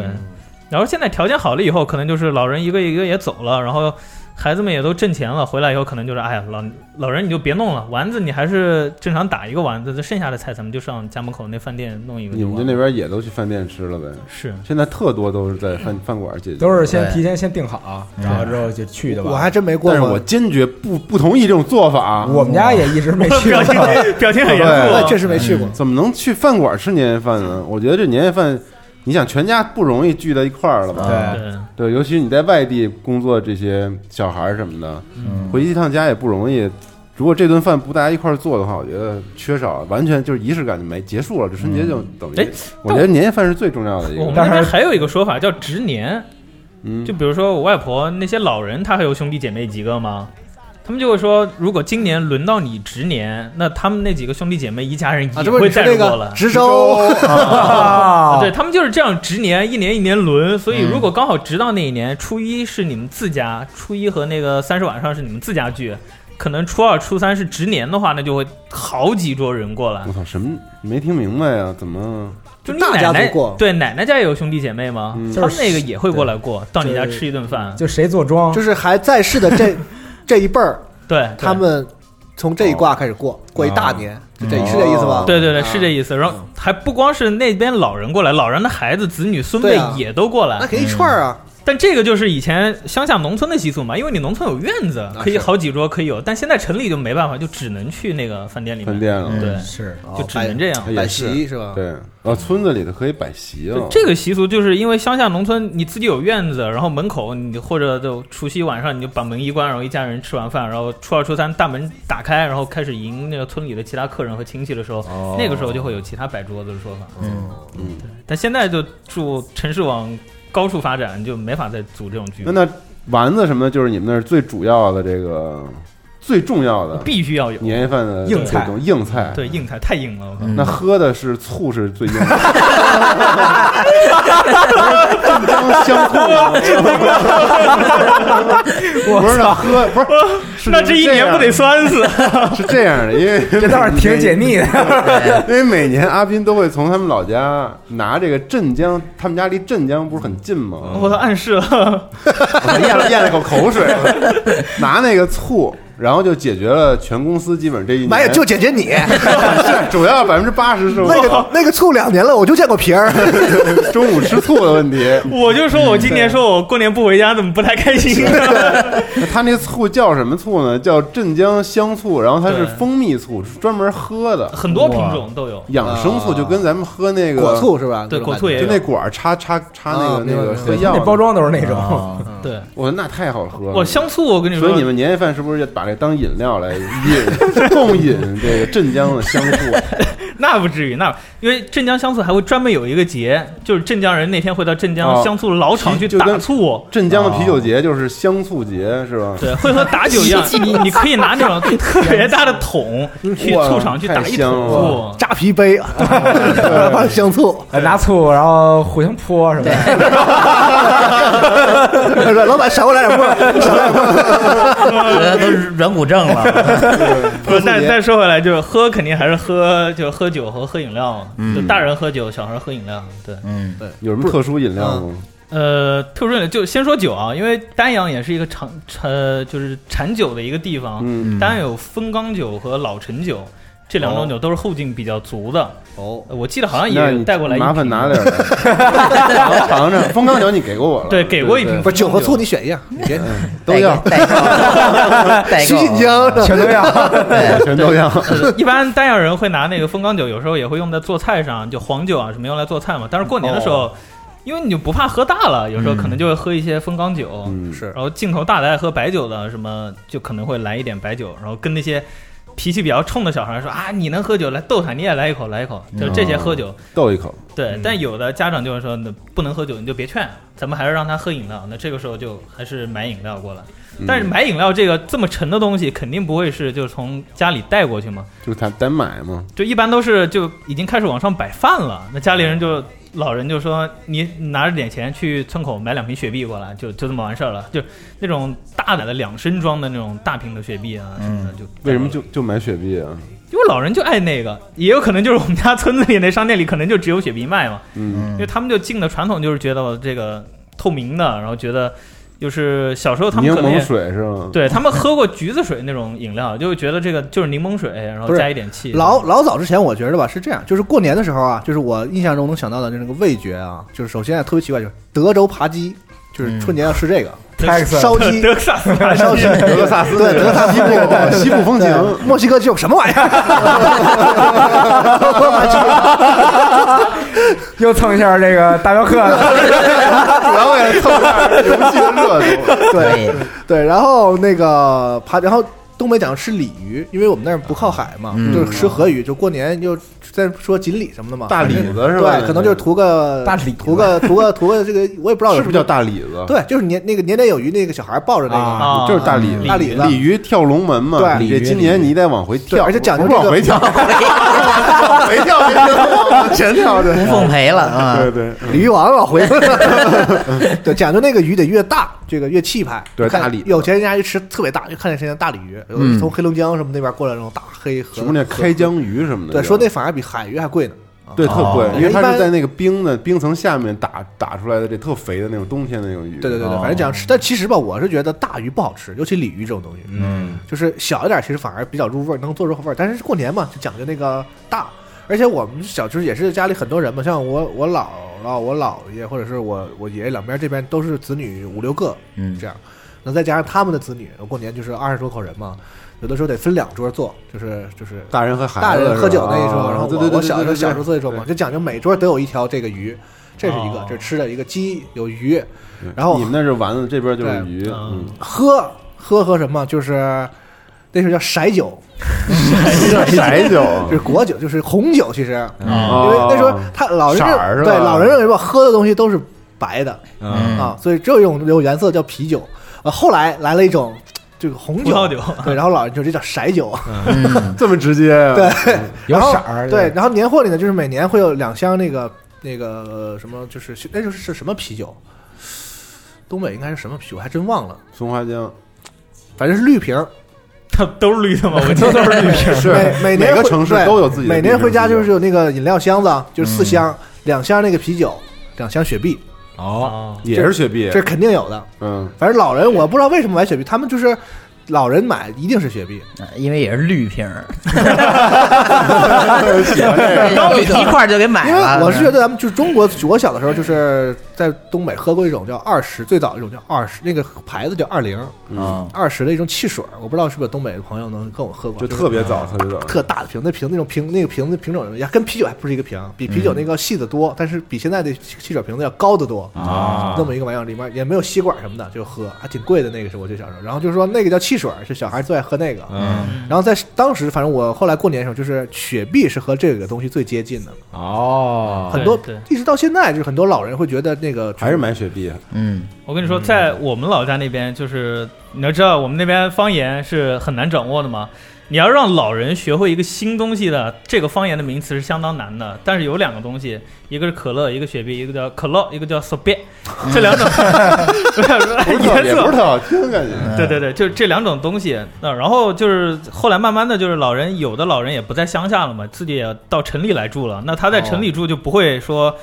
D: 然后现在条件好了以后，可能就是老人一个一个也走了，然后孩子们也都挣钱了，回来以后可能就是哎呀，老老人你就别弄了，丸子你还是正常打一个丸子，这剩下的菜咱们就上家门口那饭店弄一个就
A: 你
D: 完了。
A: 们家那边也都去饭店吃了呗？
D: 是
A: 现在特多都是在饭饭馆解决，
B: 都是先
C: 对
B: 提前先定好，然后之后就去的吧。
E: 我还真没过
A: 但是
E: 过。
A: 我坚决不不同意这种做法。啊
B: 我们家也一直没去
D: 表情
B: 过。
D: 表情很严
A: 对
E: 我
D: 肃啊，
E: 确实没去过，
A: 怎么能去饭馆吃年夜饭呢？我觉得这年夜饭，你想全家不容易聚在一块儿了 吧？
B: 对
D: 对。
A: 对，尤其你在外地工作，这些小孩儿什么的，回一趟家也不容易。如果这顿饭不大家一块儿做的话，我觉得缺少，完全就是仪式感就没结束了。这春节就等于，
D: 哎
A: 我觉得年夜饭是最重要的一
D: 我们
A: 个。
D: 那边还有一个说法叫值年，
A: 嗯
D: 就比如说我外婆那些老人，她还有兄弟姐妹几个吗？他们就会说，如果今年轮到你值年，那他们那几个兄弟姐妹一家人
E: 啊，
D: 也
E: 这不
D: 会
E: 是你
D: 带
E: 说
D: 入
E: 那
D: 过
E: 个
D: 来。
E: 直州
B: 啊
D: 对，他们就是这样值年，一年一年轮，所以
E: 嗯
D: 如果刚好值到那一年，初一是你们自家，初一和那个三十晚上是你们自家聚，可能初二、初三是值年的话，那就会好几桌人过来
A: 我。操，什么没听明白呀？怎么
D: 就
E: 嗯
D: 你
E: 大
D: 奶
E: 家
D: 奶
E: 族过
D: 对奶奶家也有兄弟姐妹吗？
A: 嗯
D: 他们那个也会过来过，到你家吃一顿饭。
B: 就谁做庄，
E: 就是还在世的 这这一辈儿，
D: 对，对哦嗯
E: 他们从这一卦开始过，过一大年，就这是这意思吧？
D: 对对对，
E: 啊
D: 是这。意思。然后还不光是那边老人过来，老人的孩子、子女、孙辈
E: 对啊
D: 也都过来。
E: 那肯定一串儿啊，
D: 但这个就是以前乡下农村的习俗嘛，因为你农村有院子，
E: 那
D: 可以
E: 是
D: 好几桌可以有，但现在城里就没办法，就只能去那个饭店里面。
A: 饭
E: 哎
A: 店了？
C: 嗯
D: 对，
B: 是
D: 就只能这样。
A: 也
E: 摆
A: 是
E: 席是吧？
A: 对，哦，村子里头可以摆席了
D: 就。啊这个习俗，就是因为乡下农村，你自己有院子，然后门口你或者就除夕晚上你就把门一关，然后一家人吃完饭，然后初二初三大门打开，然后开始迎那个村里的其他客人和亲戚的时候，
B: 哦
D: 那个时候就会有其他摆桌子的说法。
C: 嗯，
A: 嗯，
D: 但现在就住城市往高处发展，就没法再组这种局
A: 那，那丸子什么的，就是你们那儿最主要的这个最重要的
D: 必须要有
A: 年夜饭的
B: 硬菜
A: 这种硬菜。
D: 对硬菜太硬了。我靠
C: 嗯
A: 那喝的是醋是最 硬的，正宗香醋。不是那喝不是，是
D: 那这一年不得酸 死？
A: 是这样的，因为
B: 这倒是挺解腻的。
C: 对
A: 因为每年阿斌都会从他们老家拿这个镇江，他们家离镇江不是很近吗？
D: 我都暗示了，
A: 我 咽了咽了口口水， 拿那个醋，然后就解决了全公司基本上这一年。
E: 妈呀，就解决 你
A: 是 主要百分之八十是我
E: 那个那个醋两年了，我就见过皮儿，
A: 中午吃醋的问题。
D: 我就说我今
A: 嗯
D: 年说我过年不回家，怎么不太开心呢？
A: 那他那醋叫什么醋呢？叫镇江香醋，然后它是
D: 对
A: 蜂蜜醋，是专门喝的
D: 很多品种都有，
A: 养生醋，就跟咱们喝那个
E: 果，醋是吧？
D: 对
E: 那种
D: 果醋也
A: 就那管儿插插插那个
E: 啊
A: 那
E: 明白
A: 个
E: 明
A: 喝
E: 白
A: 药
B: 嗯那
A: 的。
B: 包装都是那种，
C: 哦
D: 对。
A: 我说那太好喝了。
D: 我香醋，我跟你
A: 嗯
D: 说，
A: 所以你们年夜饭是不是要把这当饮料来饮 共饮这个镇江的香醋？
D: 那不至于，那因为镇江香醋还会专门有一个节，就是镇江人那天会到镇江
A: 哦
D: 香醋老厂去
A: 就
D: 打
A: 跟
D: 醋，
A: 镇江的啤酒节就是香醋节是吧？
D: 对，会和打酒 一样，你你可以拿那种特别大的桶去
A: 哇
D: 醋厂去打
A: 太
D: 一
A: 香
D: 桶醋
A: 了，
E: 扎啤杯，香醋。
B: 拿醋然后互相泼什么的。
E: 老板少过来点沫儿，
C: 大家都软骨症了，
D: 不，但但说回来，就是喝肯定还是喝，就喝酒和喝饮料嘛，
C: 嗯
D: 就大人喝酒，小孩喝饮料。对，
C: 嗯
A: 有什么特殊饮料吗？
D: 呃，特殊饮料就先说酒啊，因为丹阳也是一个产呃就是产酒的一个地方，
A: 嗯，
D: 丹阳有风缸酒和老陈酒。这两种酒都是后劲比较足的，
E: 哦，
D: 呃我记得好像
A: 哦那
D: 也
A: 你
D: 带过来一瓶，
A: 麻烦拿 点来尝尝。蜂缸酒你给过我了，
D: 对给过一瓶
A: 对
E: 不是酒和醋你选一样，你别
A: 对都要，
C: 代购，代
E: 徐
C: 购，
E: 锦江
B: 全都要，
A: 对全都要。
D: 呃一般丹阳人会拿那个风缸酒，有时候也会用在做菜上，就黄酒啊什么用来做菜嘛。但是过年的时候，
A: 哦
D: 因为你就不怕喝大了，有时候可能就会喝一些风缸酒。
A: 嗯，
E: 是
D: 然后进口大的爱喝白酒的，什么就可能会来一点白酒，然后跟那些脾气比较冲的小孩说啊，你能喝酒，来逗他，你也来一口，来一口，就是这些喝酒。
A: 斗一口，
D: 对，但有的家长就会说，那不能喝酒，你就别劝，咱们还是让他喝饮料。那这个时候就还是买饮料过来。
A: 嗯
D: 但是买饮料这个这么沉的东西，肯定不会是就是从家里带过去嘛，
A: 就是他单买嘛，
D: 就一般都是就已经开始往上摆饭了。那家里人就老人就说，你拿着点钱去村口买两瓶雪碧过来，就就这么完事儿了。就那种大的两升装的那种大瓶的雪碧啊什么的，就
A: 嗯为什么就就买雪碧啊？
D: 因为老人就爱那个，也有可能就是我们家村子里那商店里可能就只有雪碧卖嘛。
A: 嗯，
D: 因为他们就进的传统就是觉得这个透明的，然后觉得就是小时候他们
A: 柠
D: 可能
A: 檬
D: 也
A: 水是吗？，
D: 对他们喝过橘子水那种饮料，就会觉得这个就是柠檬水，然后
E: 不是
D: 加一点气。
E: 老老早之前，我觉得吧是这样，就是过年的时候啊，就是我印象中能想到的就是那个味觉啊，就是首先啊特别奇怪，就是德州扒鸡，就是春节要吃这个、烧鸡
D: 德克萨斯大
E: 烧鸡，
A: 德克萨斯
E: 对德克萨斯
A: 西部
E: 那个对
A: 西部风情，
E: 对墨西哥酒什么玩意儿？
B: 又蹭一下这个大镖客，
A: 主要为了蹭一下游戏的热度。
E: 对
C: 对，
E: 对，然后那个扒，然后。东北讲吃鲤鱼，因为我们那儿不靠海嘛，
C: 嗯
E: 就是吃河鱼，就过年就在说锦鲤什么的嘛。
A: 大鲤子是吧？
E: 对，可能就是图个
B: 大鲤子
E: 图个图个图个这个，我也不知道有
A: 是
E: 什
A: 不是
E: 么
A: 叫大鲤子？
E: 对，就是年那个年年有余那个小孩抱着那个嘛，
B: 啊
A: 就是大鲤子
E: 大鲤子
A: 鲤鱼跳龙门嘛，
E: 对
A: 你这今年你得往回
E: 对
A: 跳，
E: 而且讲究
A: 不是
E: 这个
A: 往回 跳，往回跳，别跳，往前跳
C: 无
A: 对
C: 缝赔了啊
A: 对！对
E: 鲤鱼王老回， 对，讲究那个鱼得越大，这个越气派。
A: 对
E: 看
A: 大鲤
E: 有钱人家就吃特别大，就看见谁家大鲤鱼，有
C: 嗯
E: 从黑龙江什么那边过来那种大黑河，
A: 什么叫开江鱼什么的，
E: 对，说那反而比海鱼还贵呢。啊
A: 对特贵
C: 哦，
A: 因为它
E: 一般
A: 是在那个冰的冰层下面打打出来的这特肥的那种冬天的那种鱼，啊
E: 对对对对，反正讲
A: 哦
E: 吃，但其实吧，我是觉得大鱼不好吃，尤其鲤鱼这种东西，
B: 嗯，
E: 就是小一点，其实反而比较入味儿，能做入口味儿。但是过年嘛，就讲究那个大，而且我们小就是也是家里很多人嘛，像我我姥姥、我姥爷或者是我我爷爷两边这边都是子女五六个，
C: 嗯
E: 这样，那再加上他们的子女，过年就是二十多口人嘛，有的时候得分两桌坐，就是就是
A: 大人和孩子
E: 大人喝酒那一桌，
A: 啊
E: 然后
A: 对
E: 我
A: 对对，
E: 我小时候
A: 对对对
E: 小时候坐一桌嘛，
A: 对
E: 就讲究每桌得有一条这个鱼，这是一个
D: 哦，
E: 这吃的一个鸡有鱼，
A: 对
E: 然后
A: 你们那是丸子，这边就是
E: 对
A: 鱼，嗯，
E: 喝喝喝什么就是。那是叫骰酒，
A: 白酒，
E: 就是果酒，就是红酒。其实，因
A: 因
E: 为那时候他老人
A: 哦色儿是吧
E: 对老人认为吧，喝的东西都是白的
B: 嗯
E: 啊，所以只有一种有颜色叫啤酒。呃，后来来了一种这个红
D: 葡萄
E: 酒，
D: 酒
E: 对，然后老人就这叫骰酒，
A: 哎
C: 嗯，
A: 这么直接啊，
E: 对，
B: 有
E: 然后
B: 色儿
E: 对，，然后年货里呢，就是每年会有两箱那个那个呃什么，就是那就是是什么啤酒？东北应该是什么啤酒？我还真忘了，
A: 松花江
E: 反正是绿瓶儿。
D: 它都是绿的嘛，我 记得都是绿瓶。
A: 是
E: 每每年
A: 每个
E: 回
A: 城市
E: 对
A: 都有自己的
E: 每
A: 地
E: 年
A: 名
E: 回家
A: 自己
E: 就
A: 的
E: 是有那个饮料箱子，就是
A: 嗯
E: 四箱，两箱那个啤酒，两箱雪碧，
B: 哦，
A: 也是雪碧，
E: 这是肯定有的。
A: 嗯，
E: 反正老人我不知道为什么买雪碧，他们就是老人买一定是雪碧，
C: 因为也是绿瓶儿，
A: 喜
C: 嗯
A: 欢这个
C: 一块儿就给买
E: 因为
C: 了。
E: 我是觉得咱们就是中国，我小的时候就是在东北喝过一种叫二十，最早一种叫二十，那个牌子叫二零。
A: 嗯，
E: 二十的一种汽水儿，我不知道是不是东北的朋友能跟我喝过，
A: 就
E: 就是
A: 特别早，特别早，
E: 特大的瓶，那瓶那种瓶那个瓶子品种呀，跟啤酒还不是一个瓶，比啤
A: 嗯
E: 酒那个细的多，但是比现在的汽水瓶子要高得多
B: 啊
E: 那么一个玩意儿，里面也没有吸管什么的，就喝，还挺贵的那个是我记得小时候。然后就是说那个叫汽水儿，是小孩最爱喝那个。
B: 嗯，
E: 然后在当时，反正我后来过年的时候，就是雪碧是和这个东西最接近的，
B: 哦，
E: 很多
D: 对
E: 一直到现在，就是很多老人会觉得那个
A: 还是买雪碧，啊
C: 嗯，
D: 我跟你说，在我们老家那边，就是你要知道，我们那边方言是很难掌握的嘛。你要让老人学会一个新东西的，这个方言的名词是相当难的。但是有两个东西，一个是可乐，一个雪碧，一个叫可乐，一个叫 s o b 这两种
A: 不是特别
D: 颜
A: 不
D: 色
A: 是特好听，啊感
E: 嗯
A: 觉
D: 对对对，就是这两种东西。那、然后就是后来慢慢的就是老人，有的老人也不在乡下了嘛，自己也到城里来住了。那他在城里住就不会
E: 哦
D: 说，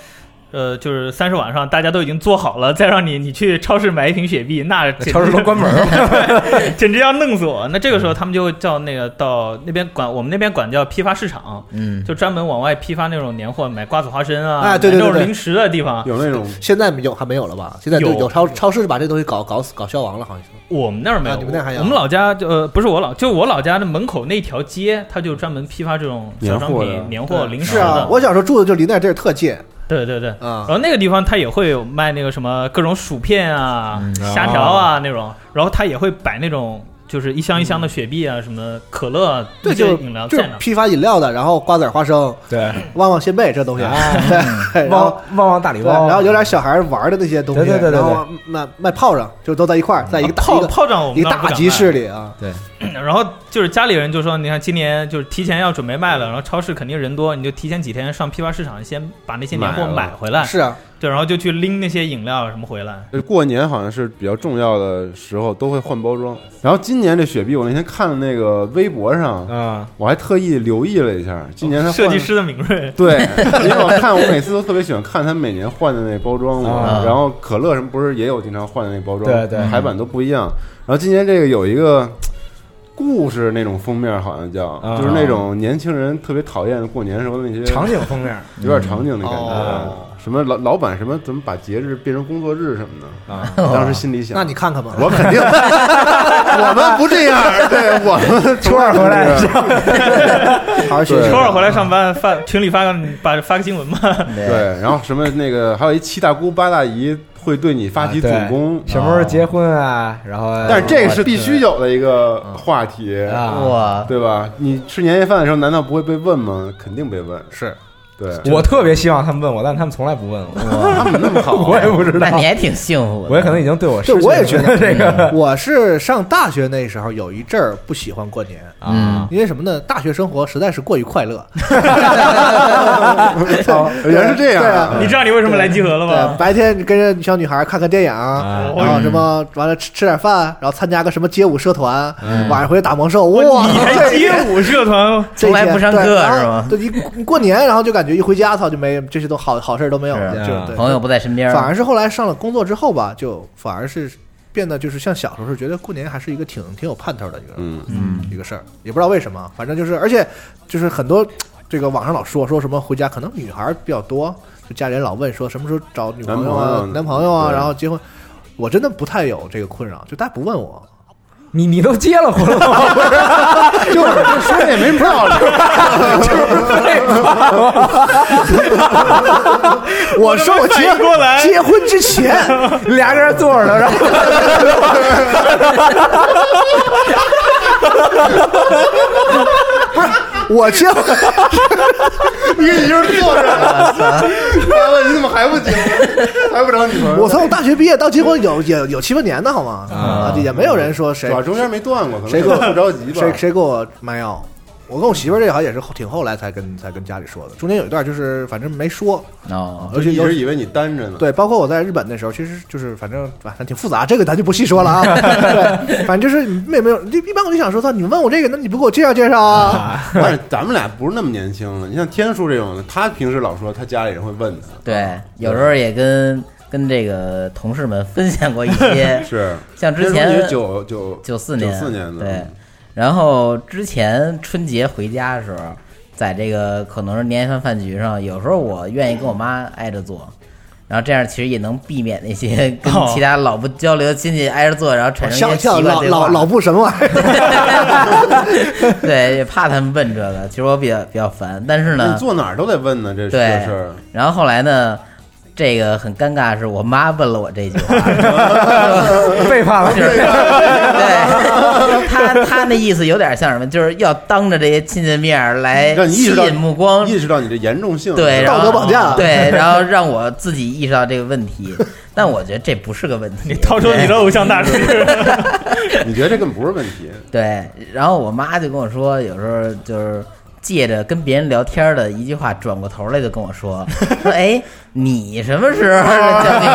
D: 呃，就是三十晚上大家都已经做好了，再让你你去超市买一瓶雪碧，那简直
B: 超市都关门了，
D: 简直要弄死我。那这个时候他们就会叫那个到那边管我们那边管叫批发市场，
C: 嗯，
D: 就专门往外批发那种年货，买瓜子花生啊，
E: 哎对对对
D: 买那
E: 对
D: 种零食的地方。
A: 有那种
E: 现在没有还没有了吧？现在都
D: 有
E: 有超超市把这东西搞搞死搞消亡了，好像是。
D: 我们那儿没有，
E: 啊你们那儿还有
D: 我们老家就呃不是我老，就我老家的门口那条街，它就专门批发这种小商
A: 年货的
D: 品、年货、零食
E: 是
D: 的。
E: 啊，我小时候住的就离那地儿特近
D: 对对对。
E: 啊
D: 然。后那个地方它也会有卖那个什么各种薯片啊、
B: 嗯
D: 虾条啊那种，然后它也会摆那种就是一箱一箱的雪碧啊、什么的可乐啊、
E: 对，
D: 一些
E: 就
D: 饮料
E: 就
D: 在
E: 是
D: 那儿。
E: 批发饮料的，然后瓜子儿、花生、
B: 对，
E: 旺旺仙贝这东西，对，然
B: 嗯旺
E: 后
B: 旺旺大礼
E: 对，
B: 包，
E: 然后有点小孩玩的那些东西，
B: 对对对对对
E: 然后卖卖炮仗，就都在一块儿，在一个大
D: 炮
E: 一个
D: 炮仗我
E: 一
D: 们
E: 个
D: 倒不
E: 大
D: 敢
E: 集
D: 卖嗯
E: 市里啊，
D: 然后就是家里人就说，你看今年就是提前要准备卖了，然后超市肯定人多，你就提前几天上批发市场先把那些年货
A: 买了
D: 买回来，
E: 是啊，
D: 对，然后就去拎那些饮料什么回来。
A: 呃过年好像是比较重要的时候都会换包装。然后今年这雪碧，我那天看那个微博上，
B: 啊，
A: 我还特意留意了一下，今年它换
D: 设计师的敏锐，
A: 对，因为我看我每次都特别喜欢看他每年换的那包装嘛
B: 啊，
A: 然后可乐什么不是也有经常换的那包装，
B: 对对嗯
A: 排版都不一样。然后今年这个有一个故事那种封面，好像叫
B: 啊
A: 就是那种年轻人特别讨厌过年时候的那些
B: 场景封面
A: 有点场景的感觉啊
E: 哦，
A: 什么老老板什么怎么把节日变成工作日什么的，
B: 啊，
A: 当时心里想，
E: 那你看看吧，
A: 我肯定，我们不这样，对我们
B: 初二回来
A: 从来不这样
E: 好好学
A: 对
E: 习
D: 周。二回来上班发群里发个把发个新闻嘛，
A: 对，然后什么那个还有一七大姑八大姨会对你发起
B: 啊
A: 总
B: 对
A: 攻，
B: 什么时候结婚啊？然后，
A: 但是这个是必须有的一个
E: 嗯
A: 话题，
B: 啊，
C: 哇，
A: 对吧？你吃年夜饭的时候，难道不会被问吗？肯定被问。
E: 是
A: 对，
B: 我特别希望他们问我，但他们从来不问我，
E: 嗯
A: 他们那么 好，
B: 我也不知
C: 那
B: 道
C: 你，还挺幸福的。
B: 我也可能已经对我失
E: 对
B: 去
E: 我也
B: 了
E: 觉得
B: 这个
E: 我是上大学那时候有一阵儿不喜欢过年，
B: 啊，
E: 因为什么呢？大学生活实在是过于快乐。
A: 哦原来是这样
E: 对啊
A: 啊
D: 你！知道你为什么来集合了
E: 对，
D: 吗？
E: 白天跟着小女孩看看电影，啊
B: 嗯哎
E: 然后什么完了吃吃点饭，然后参加个什么街舞社团，晚上回去打魔兽。哇，
D: 你还
E: 这
D: 街舞社团？
E: 这
C: 从来不上课
E: 对然后
C: 是吗
E: 对，你你过年，然后就感觉一回家，操，就没这些都好好事儿都没有，
B: 是
E: 就对。
C: 朋友不在身边，
E: 反而是后来上了工作之后吧，就反而是变得就是像小时候是觉得过年还是一个挺挺有盼头的一个、
A: 嗯，
C: 嗯，
E: 一个事儿，也不知道为什么，反正就是而且就是很多这个网上老说说什么回家可能女孩儿比较多，就家里人老问说什么时候找女朋友啊、
A: 男朋友
E: 男朋友啊，
A: 对
E: 然后结婚，我真的不太有这个困扰，就大家不问我，
B: 你你都结了婚了吗，
A: 就说的也没道理。
E: 我说我
D: 反
E: 结
D: 应过来
E: 结婚之前，
B: 俩个人坐着呢，然后
E: 我结婚。
A: 你给你就是坐着， 完了你怎么还不结婚，还不找女朋友？
E: 我从大学毕业到结婚有有有七八年呢，好吗？啊，也没有人说谁
A: 主要中间没断过，可能
E: 谁给
A: 也
E: 我
A: 不着急吧？
E: 谁谁给我没有？我跟我媳妇儿这好像也是后挺后来才跟才跟家里说的，中间有一段就是反正没说，啊
C: 哦，
A: 就一直以为你单着呢。，
E: 对，包括我在日本那时候，其实就是反正反正挺复杂，这个咱就不细说了啊。对，反正就是没没有，就一般我就想说，操，你问我这个，那你不给我介绍介绍啊？
A: 但是咱们俩不是那么年轻了。你像天叔这种的，他平时老说他家里人会问他，，
C: 对，有时候也跟跟这个同事们分享过一些
A: 是
C: 像之
A: 天
C: 前
A: 叔你是九九
C: 九四年，
A: 九四年的，
C: 对。然后之前春节回家的时候，在这个可能是年夜饭饭局上，有时候我愿意跟我妈挨着坐，然后这样其实也能避免那些跟
D: 哦
C: 其他老不交流的亲戚挨着坐，然后产生
E: 像
C: 一些
E: 像
C: 奇怪
E: 老
C: 对
E: 老
C: 话。
E: 老布什么玩意 儿？
C: 对，也怕他们问这个，其实我比较比较烦。但是
A: 那
C: 呢
A: 你，坐哪儿都得问呢，这这
C: 对
A: 事儿。
C: 然后后来呢，这个很尴尬，是我妈问了我这句 话。
B: 背叛了
C: 就。 是，对 他他那意思有点像什么，就是要当着这些亲戚面儿 来
A: 让你意
C: 吸
A: 识到
C: 引目光，
A: 意识到你这严重性，
C: 对，
A: 是吧
C: 然后
E: 道德绑架
C: 对，然后让我自己意识到这个问 题，但我觉得这不是个问题。
D: 你掏出你的偶像大师，
A: 你觉得这根本不是问 题，
C: 对，然后我妈就跟我说，有时候就是借着跟别人聊天的一句话，转过头来就跟我说，说哎，你什么时候交女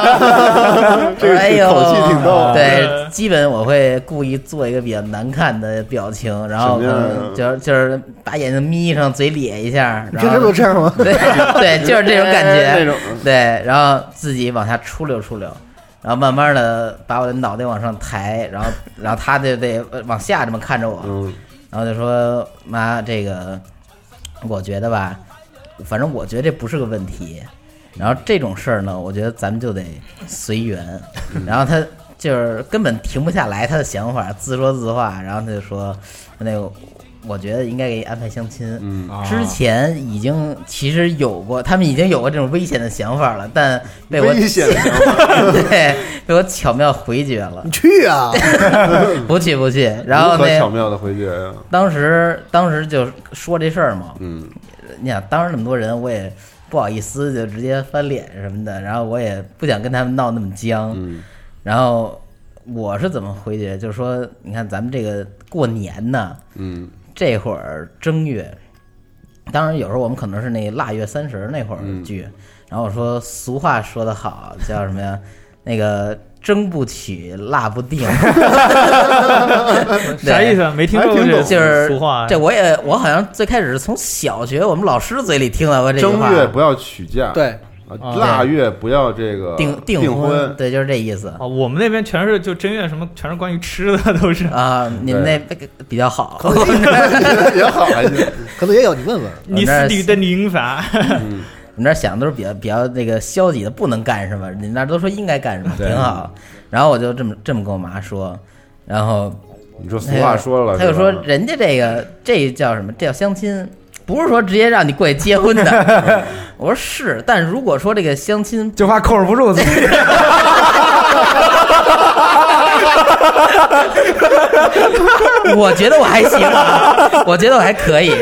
C: 朋友？
A: 这个
C: 哎呦，
A: 口气挺逗
C: 对，基本我会故意做一个比较难看的表情，然后
A: 什
C: 可
A: 么样啊
C: 能就是就是把眼睛眯上，嘴咧一下，
E: 你
C: 然
E: 平时不
C: 后
E: 都这样吗？
C: 对对，就是这种感觉，
A: 哎那种
C: 对，然后自己往下出溜出溜，然后慢慢的把我的脑袋往上抬，然后然后他就得往下这么看着我，
A: 嗯，
C: 然后就说妈，这个我觉得吧，反正我觉得这不是个问题。然后这种事儿呢，我觉得咱们就得随缘。
A: 嗯
C: 然后他就是根本停不下来他的想法，自说自话，然后他就说那个。我觉得应该给你安排相亲。
A: 嗯
D: 啊
C: 之前已经其实有过，他们已经有过这种危险的想法了，但被我
A: 危险的想
C: 对被我巧妙回绝了
E: 你。去啊！
A: 嗯
C: 不去不去。 然后
A: 如何巧
C: 那
A: 妙的回绝呀，
C: 当时当时就说这事儿嘛，
A: 嗯，
C: 你想当着那么多人，我也不好意思，就直接翻脸什么的，然后我也不想跟他们闹那么僵。
A: 嗯
C: 然后我是怎么回绝？就是说，你看咱们这个过年呢，
A: 嗯
C: 这会儿正月，当然有时候我们可能是那腊月三十儿那会儿
A: 嗯
C: 聚。然后我说俗话说得好，叫什么呀？那个蒸不起，辣不定。 对
D: 啥意思？啊？没听说过
A: 还挺
D: 这
A: 懂
C: 就是
D: 俗话啊。
C: 这我也我好像最开始是从小学我们老师嘴里听到过这句
A: 正
C: 话，哦
A: 月不要娶嫁，
E: 对，
A: 啊，
D: 啊
A: 腊月不要这个
C: 订
A: 呃订哦
C: 婚，，对，就是这意思
D: 啊，我们那边全是就正月什么，全是关于吃的，都是。
C: 啊。你们那比较 好，
A: 也好还行，
E: 可能也有，你问问。
D: 你死里的宁法，
C: 你那儿想的都是比较比较那个消极的，不能干什么，你那儿都说应该干什么，
B: 对
C: 挺好。然后我就这么这么跟我妈说，然后
A: 你说俗话说了，
C: 他就说
A: 是吧
C: 人家这个这叫什么？这叫相亲，不是说直接让你过去结 婚的。我说是，但如果说这个相亲，
B: 就怕控制不住自己。
C: 我觉得我还行啊，我觉得我还可以。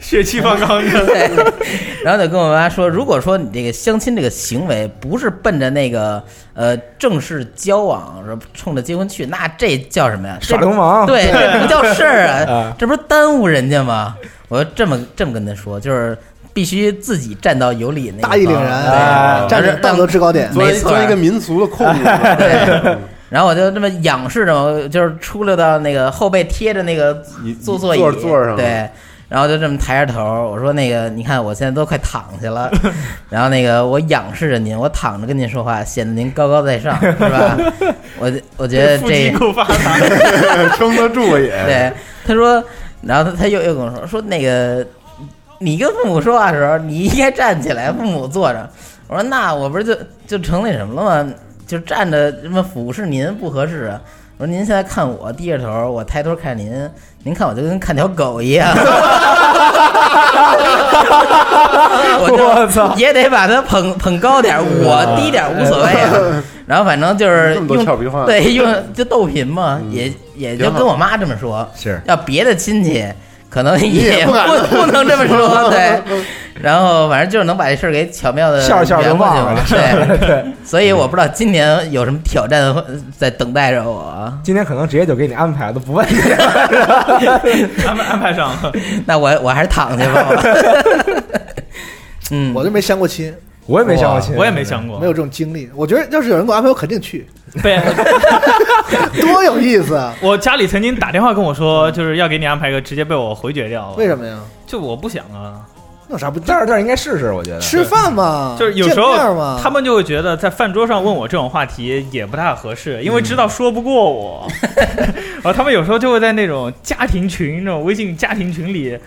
D: 血气方刚的，
C: 对， 然后就跟我妈说，如果说你这个相亲这个行为不是奔着那个呃正式交往，然后冲着结婚去，那这叫什么呀？这
B: 耍流氓
C: 对，这不叫事儿啊
B: 啊，
C: 这不是耽误人家吗？我就这么这么跟他说，就是必须自己站到有理那一方
E: 大义凛然
C: 对
E: 啊，站在
C: 让
E: 道德制高点。
A: 作为
C: 呃没错啊
A: 作为一个民俗的控制，
C: 对然后我就这么仰视着，就是出溜到那个后背贴着那个
A: 你
C: 坐座椅
A: 座座上
C: 对，然后就这么抬着头，我说那个，你看我现在都快躺下 了，然后那个我仰视着您，我躺着跟您说话，显得您高高在上，是吧？我我觉得
D: 腹肌
C: 这
D: 够发达。
A: 撑得住也。
C: 对，他说，然后他他又又跟我说说那个，你跟父母说话的时候，你应该站起来，父母坐着。我说那我不是就就成那什么了吗？就站着什么俯视您不合适啊。我说您现在看我低着头，我抬头看您，您看我就跟看条狗一样。 我
B: 我操
C: 就也得把他捧捧高点儿，我低点儿无所谓啊。然后反正就是
A: 这么多
C: 用
A: 俏皮话
C: 对，用就逗贫嘛，也也
A: 嗯
C: 就
A: 挺好
C: 跟我妈这么说。
B: 是
C: 要别的亲戚，可能也
A: 也不
C: 不
A: 敢
C: 不能这么说，对。然后反正就是能把这事儿给巧妙
D: 呃
C: 的
B: 笑着笑着就忘了
C: 对，
B: 对，
C: 所以我不知道今年有什么挑战在等待 着我。
B: 今天可能直接就给你安排了，都不问你了。
D: 安排安排上了，
C: 那我我还是躺下吧。 嗯，
E: 我就没相过亲，
B: 我也没相过亲，
D: 我也没相过
E: 没，有这种经历。我觉得要是有人给我安排，我肯定去，
D: 被
E: 多有意思啊！
D: 我家里曾经打电话跟我说，就是要给你安排一个，直接被我回绝掉了。
E: 为什么呀？
D: 就我不想啊，
E: 那有啥不
B: 但是但是应该试试，我觉得。
E: 吃饭嘛？
D: 就是有时候
E: 见面
A: 嗯
E: 嘛，
D: 他们就会觉得在饭桌上问我这种话题也不太合
A: 嗯
D: 适，因为知道说不过 我。然后他们有时候就会在那种家庭群、那种微信家庭群里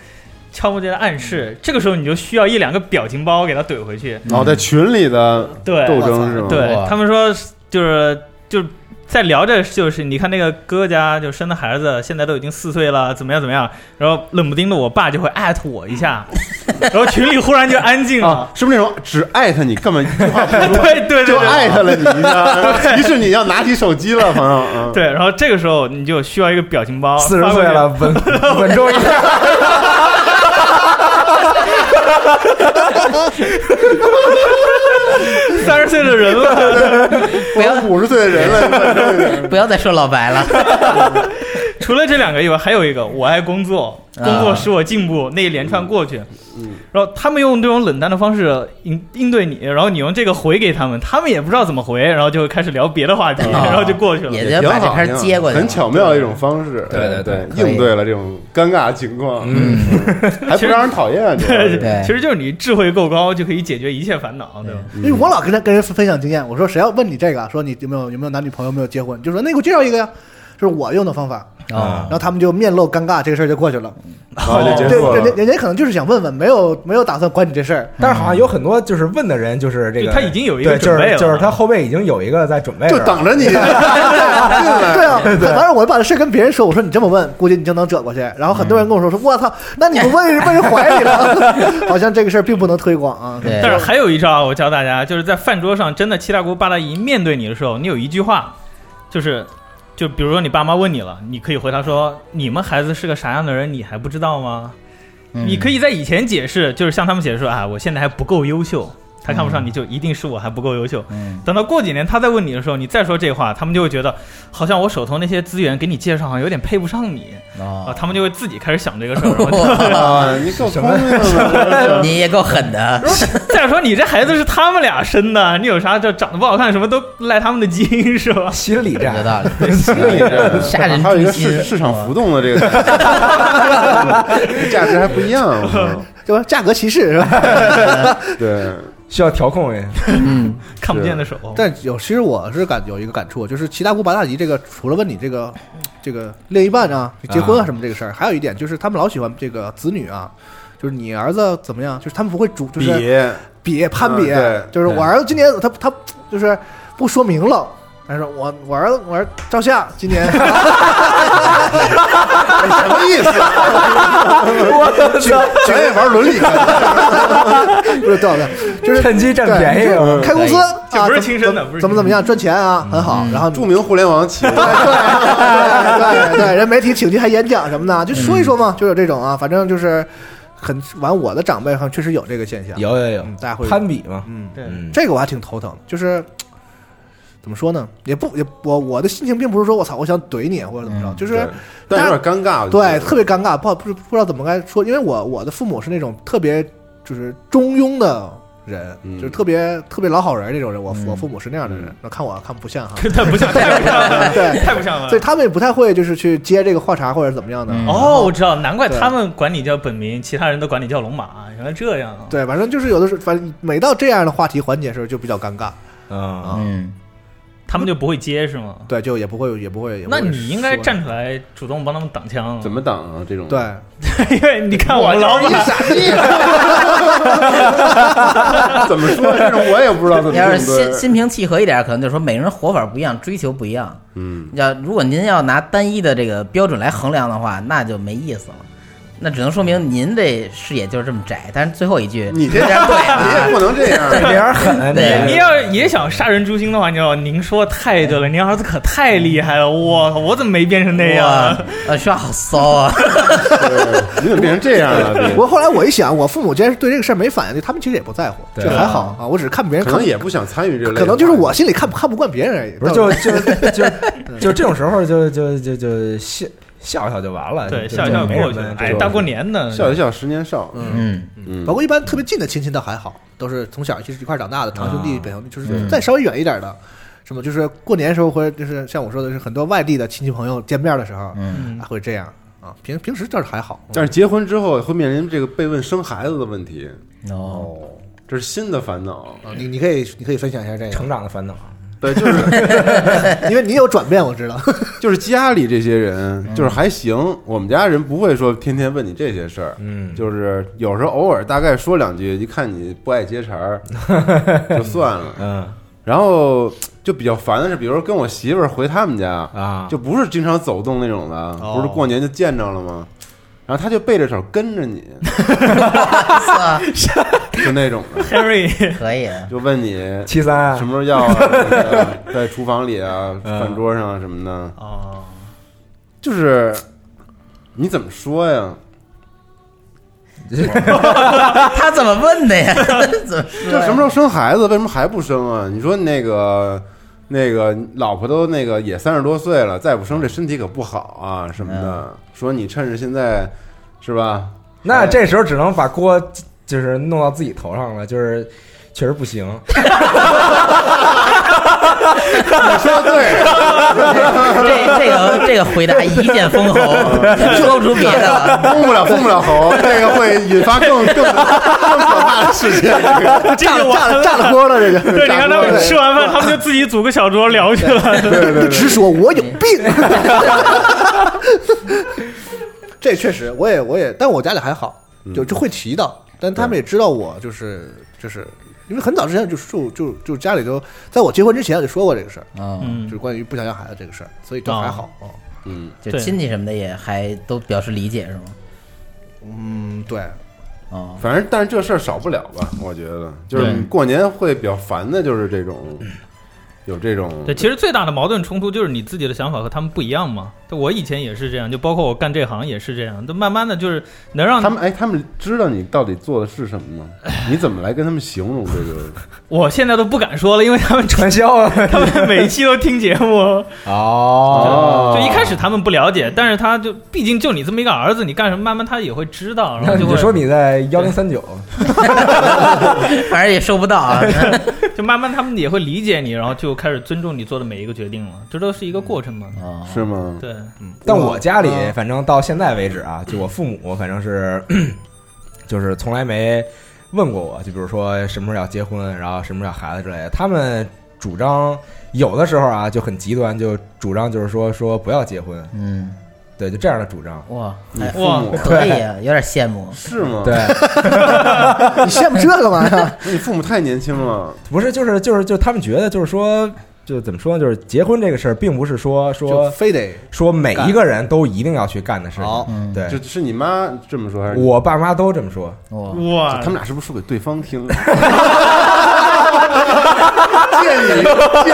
D: 悄无声的暗
A: 嗯
D: 示，这个时候你就需要一两个表情包给他怼回去。
A: 哦，在群里的
D: 对
A: 斗争是吗？
D: 对
C: 哇
D: 他们说就是就是在聊着就是你看那个哥家就生的孩子现在都已经四岁了，怎么样怎么样，然后冷不丁的我爸就会艾特我 一下，然后群里忽然就安静了
A: 啊。，是不是那种只艾特你，根本一句话不
D: 对
A: 说
D: 对对，对
A: 就艾特了你一下？于是你要拿起手机了，朋友。嗯，
D: 对，然后这个时候你就需要一个表情包，
B: 四十
D: 发过
B: 岁
D: 去
B: 了，，稳稳重一点。
D: 三十岁的人了，
A: 我要五十岁的 人了，反正
C: 不要再说老白 了。
D: 除了这两个以外，还有一个我爱工作，
C: 啊
D: 工作使我进步，那一连串过去，
A: 嗯
D: 然后他们用这种冷淡的方式应应对你，然后你用这个回给他们，他们也不知道怎么回，然后就开始聊别的话题，
C: 啊
D: 然后就过去了。
C: 也
A: 也挺
C: 把这
A: 好，
C: 片儿接过去了
A: 很巧妙的一种方式。
B: 对
A: 对
B: 对对
C: 可以
A: 应对了这种尴尬情况，嗯，还不让人讨厌，啊 主要是
C: 对
D: 其实就是你智慧够高，就可以解决一切烦恼，对吧？
E: 因为我老跟他跟人分享经验，我说谁要问你这个，说你有没有有没有男女朋友，有没有结婚，就说那给我介绍一个呀，这是我用的方法。
C: 哦
E: 然，后他们就面露尴尬，这个事儿就过去了。
A: 啊，就结
E: 对，
A: 束
E: 人家
A: 了。
E: 人家可能就是想问问，没有没有打算管你这事儿，
B: 但是好像有很多就是问的人，就是这个
D: 就他已经有一个
B: 对就
D: 准备
B: 是
D: 了
B: 就是他后背已经有一个在准备着
A: 就
B: 了，
A: 等着你啊进 来，
E: 对啊，反正我把这事跟别人说，我说你这么问，估计你就能折过去。然后很多人跟我说说，我操，那你们问人问人怀里了， 好像这个事儿并不能推广啊。
C: 对
D: 但是还有一招啊，我教大家，就是在饭桌上真的七大姑八大姨面对你的时候，你有一句话，就是就比如说你爸妈问你了，你可以回答说：“你们孩子是个啥样的人，你还不知道吗？”你可
C: 以
D: 以在以前解释，就是向他们解释说：“啊，我现在还不够优秀。”他看不上你就一定是我还不够优秀。
C: 嗯
D: 等到过几年他再问你的时候，你再说这话，他们就会觉得好像我手头那些资源给你介绍好像有点配不上你啊，
C: 哦，
D: 他们就会自己开始想这个事儿。 然后
A: 啊，你够聪明的，
C: 你也够狠的。
D: 再说你这孩子是他们俩生的，你有啥这长得不好看什么都赖他们的基因是吧？
B: 心理战
C: 有。道理，吓人
A: 还有一个
C: 诛心
A: 市市场浮动的这个价值还不一样，我靠
E: 对吧？价格歧视是吧？
A: 对，
B: 需要调控一 下。
C: 嗯，
D: 看不见的手。
B: 哦
E: 但有，其实我是感有一个感触，就是七大姑八大姨这个，除了问你这 个这个另一半啊、结婚啊
B: 啊
E: 什么这个事儿，还有一点就是他们老喜欢这个子女啊，就是你儿子怎么样，就是他们不会主，就
A: 比
E: 是比攀比，
A: 嗯对
E: 就是我
B: 啊对
E: 儿子今年他他就是不说明了，但是我我儿子我儿子赵夏今年，
A: 什么意思？
B: 我操！
A: 咱也玩伦理课，
E: 不是对不对？就是
B: 趁机占便宜
E: 对就是开公司啊，
D: 这不是亲生的
E: 怎么
D: 不是亲生的
E: 怎么怎么样赚钱啊，很好。
B: 嗯
E: 然后
A: 著名互联网企业，
E: 对对对，人媒体请去还演讲什么的，就说一说嘛，就有这种啊，反正就是很完我的长辈好像确实有这个现象，
B: 有有有
E: 嗯，大家会
B: 攀比嘛，
E: 嗯，
D: 对，
B: 嗯，
E: 这个我还挺头疼的，就是怎么说呢，也不也我我的心情并不是说我操我想怼你或者怎么着，
C: 嗯
E: 就是
A: 对但有点尴尬。我觉
E: 对
A: 得
E: 特别尴尬，不好不知不知道怎么该说，因为我我的父母是那种特别就是中庸的。人
A: 嗯
E: 就是特别特别老好人这种人，我我
C: 嗯
E: 父母是那样的人
A: 嗯，
E: 那看我看不像哈，
D: 太不像，太不像了，
E: 对
D: 太不像了
E: 所以。他们也不太会就是去接这个话茬或者怎么样的。
C: 嗯
D: 嗯哦，我知道，难怪他们管你叫本名，其他人都管你叫龙马，原来这样啊。
E: 对，反正就是有的时候，反正每到这样的话题环节时候就比较尴尬，
B: 啊，
C: 嗯，
D: 他们就不会接是吗？
E: 对，就也不会也不会。也不
D: 那
E: 会
D: 你应该
E: 说
D: 站出来主动帮他们挡枪啊，
A: 怎么挡啊？这种
E: 对，
D: 因为你看我老
A: 一
D: 板，
A: 傻逼，怎么说？这种我也不知道 怎么
C: 要是
A: 应
C: 心
A: 对。
C: 心平气和一点，可能就说每个人活法不一样，追求不一样。
A: 嗯，
C: 要如果您要拿单一的这个标准来衡量的话，那就没意思了。那只能说明您这视野就是这么窄。但是最后一句，
A: 你这
C: 有点
A: 样
C: 对
A: 你也
C: 啊，
A: 不能这样。
B: 有点狠，
C: 对
B: 这
D: 你
B: 个
D: 要是也想杀人诛心的话，你知道，您说太对了，您儿子可太厉害了，我靠，我怎么没变成那样啊？
C: 哇，呃，说话好骚 啊！
A: 对你怎么变成这样了？
E: 不
A: 别
E: 过后来我一想，我父母既然是对这个事儿没反应，他们其实也不在乎，
B: 对
E: 这还好啊。我只是看别人
A: 可
E: 看，
A: 能也不想参与这类的，
E: 可能就是我心里看不看不惯别人而已。
B: 不是就
E: 到底
B: 就就 就这种时候就就就就笑笑笑就完了，
D: 对，
B: 就
D: 笑一笑
B: 就没
D: 过去
B: 什么
D: 了。
B: 这
D: 哎，
B: 种
D: 大过年的，
A: 笑一笑十年少。
C: 嗯，
A: 嗯，
E: 包括一般特别近的亲戚倒还好，都是从小一起一块儿长大的，堂兄弟、
B: 啊
E: 表兄弟，就
C: 嗯
E: 是再稍微远一点的，什么就是过年时候或者就是像我说的，是很多外地的亲戚朋友见面的时候，
C: 嗯
D: 嗯
E: 还会这样啊。平平时倒是还好，
A: 但是结婚之后会面临这个被问生孩子的问题，
C: 哦，
A: 这是新的烦恼。
E: 啊，你你可以你可以分享一下这
B: 成长的烦恼，
A: 对，就是
E: 个，因为你有转变，我知 道。
A: 就是家里这些人，就是还行，我们家人不会说天天问你这些事儿。
B: 嗯，
A: 就是有时候偶尔大概说两句，一看你不爱接茬儿，就算了。
B: 嗯
A: 然后就比较烦的是，比如说跟我媳妇儿回他们家，
B: 啊，
A: 就不是经常走动那种的，
E: 哦
A: 不是过年就见着了吗？然后他就背着手跟着你，就那种的，
D: Henry，
C: 可以，啊
A: 就问你
D: 哎
B: 七三啊
A: 什么时候要 啊，什么的在厨房里啊、
D: 嗯
A: 饭桌上啊什么的，
D: 哦，
A: 就是你怎么说呀？
C: 他怎么 问的呀？怎么
A: 这什么时候生孩子？为什么还不生啊？你说那个那个老婆都那个也三十多岁了，再不生这身体可不好啊什么
D: 嗯
A: 的。说你趁着现在是吧？
D: 哎
B: 那这时候只能把锅就是弄到自己头上了，就是确实不行，
A: 说得对，
C: 这这个这个回答一 剑封喉，说不出别的了。
A: 封不了，封不了喉，这个会引发更更更可怕的事 情。
D: 这就完了。
E: 炸了锅了，这就
D: 对，你看他们吃完饭，他们就自己组个小桌聊去了。
A: 对对对，
E: 直说我有
D: 嗯
E: 病。 这确实，我也我也，但我家里还好，
A: 嗯
E: 就就会提到，但他们也知道我就是就是，因为很早之前就就就就家里就在我结婚之前我就说过这个事儿，
C: 嗯，
D: 嗯哦
E: 就是关于不想要孩子这个事儿，所以倒还好啊。
A: 嗯，
C: 就
D: 对
C: 亲戚什么的也还都表示理解是吗？
E: 嗯，对，
C: 哦，
A: 反正但是这事儿少不了吧？我觉得就是
D: 对
A: 过年会比较烦的，就是这种有这种
D: 对，其实最大的矛盾冲突就是你自己的想法和他们不一样嘛。就我以前也是这样，就包括我干这行也是这样。就慢慢的，就是能让
A: 他们哎，他们知道你到底做的是什么吗？你怎么来跟他们形容这个？
D: 我现在都不敢说了，因为他们
B: 传销啊，
D: 他们每一期都听节目，
B: 哦
D: 就一开始他们不了解，但是他就毕竟就你这么一个儿子，你干什么，慢慢他也会知道，然
B: 那
D: 后
B: 你
D: 就会
B: 就说你在幺零三九，
C: 反正也收不到啊。
D: 就慢慢他们也会理解你，然后就开始尊重你做的每一个决定了，这都是一个过程嘛。
C: 哦
A: 是吗？
D: 对，
B: 但
A: 嗯
B: 我家里
E: 啊
B: 反正到现在为止啊，就我父母反正是 就是从来没问过我，就比如说什么时候要结婚，然后什么时候要孩子之类的，他们。主张有的时候啊就很极端，就主张就是说说不要结婚，
C: 嗯，
B: 对，就这样的主张。
C: 哇，
A: 你
C: 哎
A: 父母
C: 可以啊，有点羡慕。
A: 是吗？
B: 对，，
E: 你羡慕这个嘛呀？
A: 那你父母太年轻了，
B: 不是，就是就是就是他们觉得就是说，就怎么说呢？就是结婚这个事儿，并不是说
E: 就
B: 说
E: 非得
B: 说每一个人都一定要去干的事情。
C: 嗯，
B: 对，
A: 就是你妈这么说还是你？
B: 我爸妈都这么说，
C: 我
D: 哇
A: 他，们俩是不是说给对方听？借你借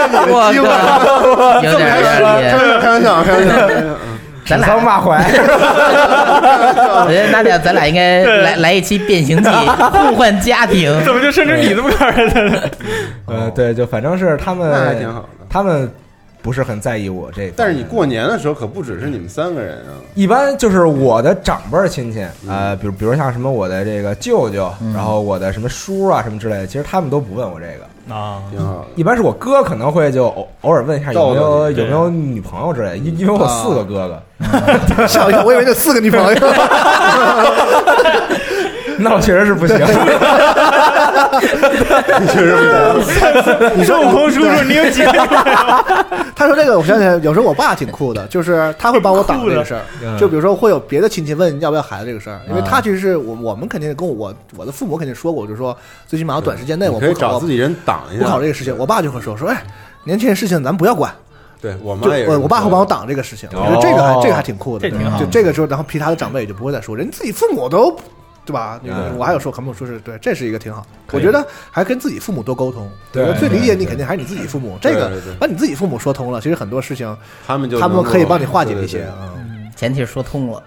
A: 你的
C: 我
A: 机会，
C: 靠，有点
A: 开玩
C: 儿
A: 笑，开玩笑，开玩笑开玩笑。嗯
B: 指
C: 咱俩
B: 桑骂槐。
C: 我觉得娜姐，咱俩应该
D: 对
C: 来来一期变形 记，互换家庭。
D: 怎么就甚至你这么个人了？
B: 呃，对，就反正是他
A: 那还挺好
B: 们，
A: 的。
B: 他们不是很在意我这方面。
A: 但是你过年的时候可不只是你们三个人啊，
B: 一般就是我的长辈儿亲戚，呃，比如比如像什么我的这个舅舅，然后我的什么叔啊什么之类的，其实他们都不问我这个。
D: 啊，
A: 挺好的。
B: 一般是我哥可能会就偶偶尔问一下有没
A: 逗
B: 有
A: 逗啊
D: 你对
B: 有没有女朋友之类的，因因为我有四个哥哥，
E: 吓我一跳，我以为就四个女朋友，
B: 那我确实是不行。
A: 你确实不行，
D: 你说悟空叔叔，你有几个女朋友？
E: 他说这个，我想起来，有时候我爸挺酷的，就是他会帮我挡这个事儿
B: 酷的。
E: 就比如说会有别的亲戚问要不要孩子这个事儿，因为他其实是我我们肯定跟我我的父母肯定说过，就是说最起码我短时间内我
A: 你可
E: 不
A: 以
E: 考
A: 找自己人挡一
E: 不
A: 下。
E: 考这个事情。我爸就会说说，哎，年轻人事情咱不要管，
A: 对我
E: 就
A: 妈也是，哦
E: 我我爸会帮我挡这个事情。我觉得这个还这个还挺酷的，
D: 这挺好
E: 就这个时候，然后其他的长辈也就不会再说，人自己父母都对吧？那个
B: 嗯
E: 我还有说，可能我说是对，这是一个挺好。
B: 可
E: 我
B: 以
E: 觉得还跟自己父母多沟通，
B: 对
E: 我觉得最理解
B: 对
E: 你
B: 对
E: 肯定还是你自己父母。这个
A: 对对对
E: 把你自己父母说通了，其实很多事情
A: 他们就
E: 他们
A: 能够
E: 可以帮你化解
A: 对对
E: 一
A: 对
E: 些啊。嗯
C: 前提是说通了，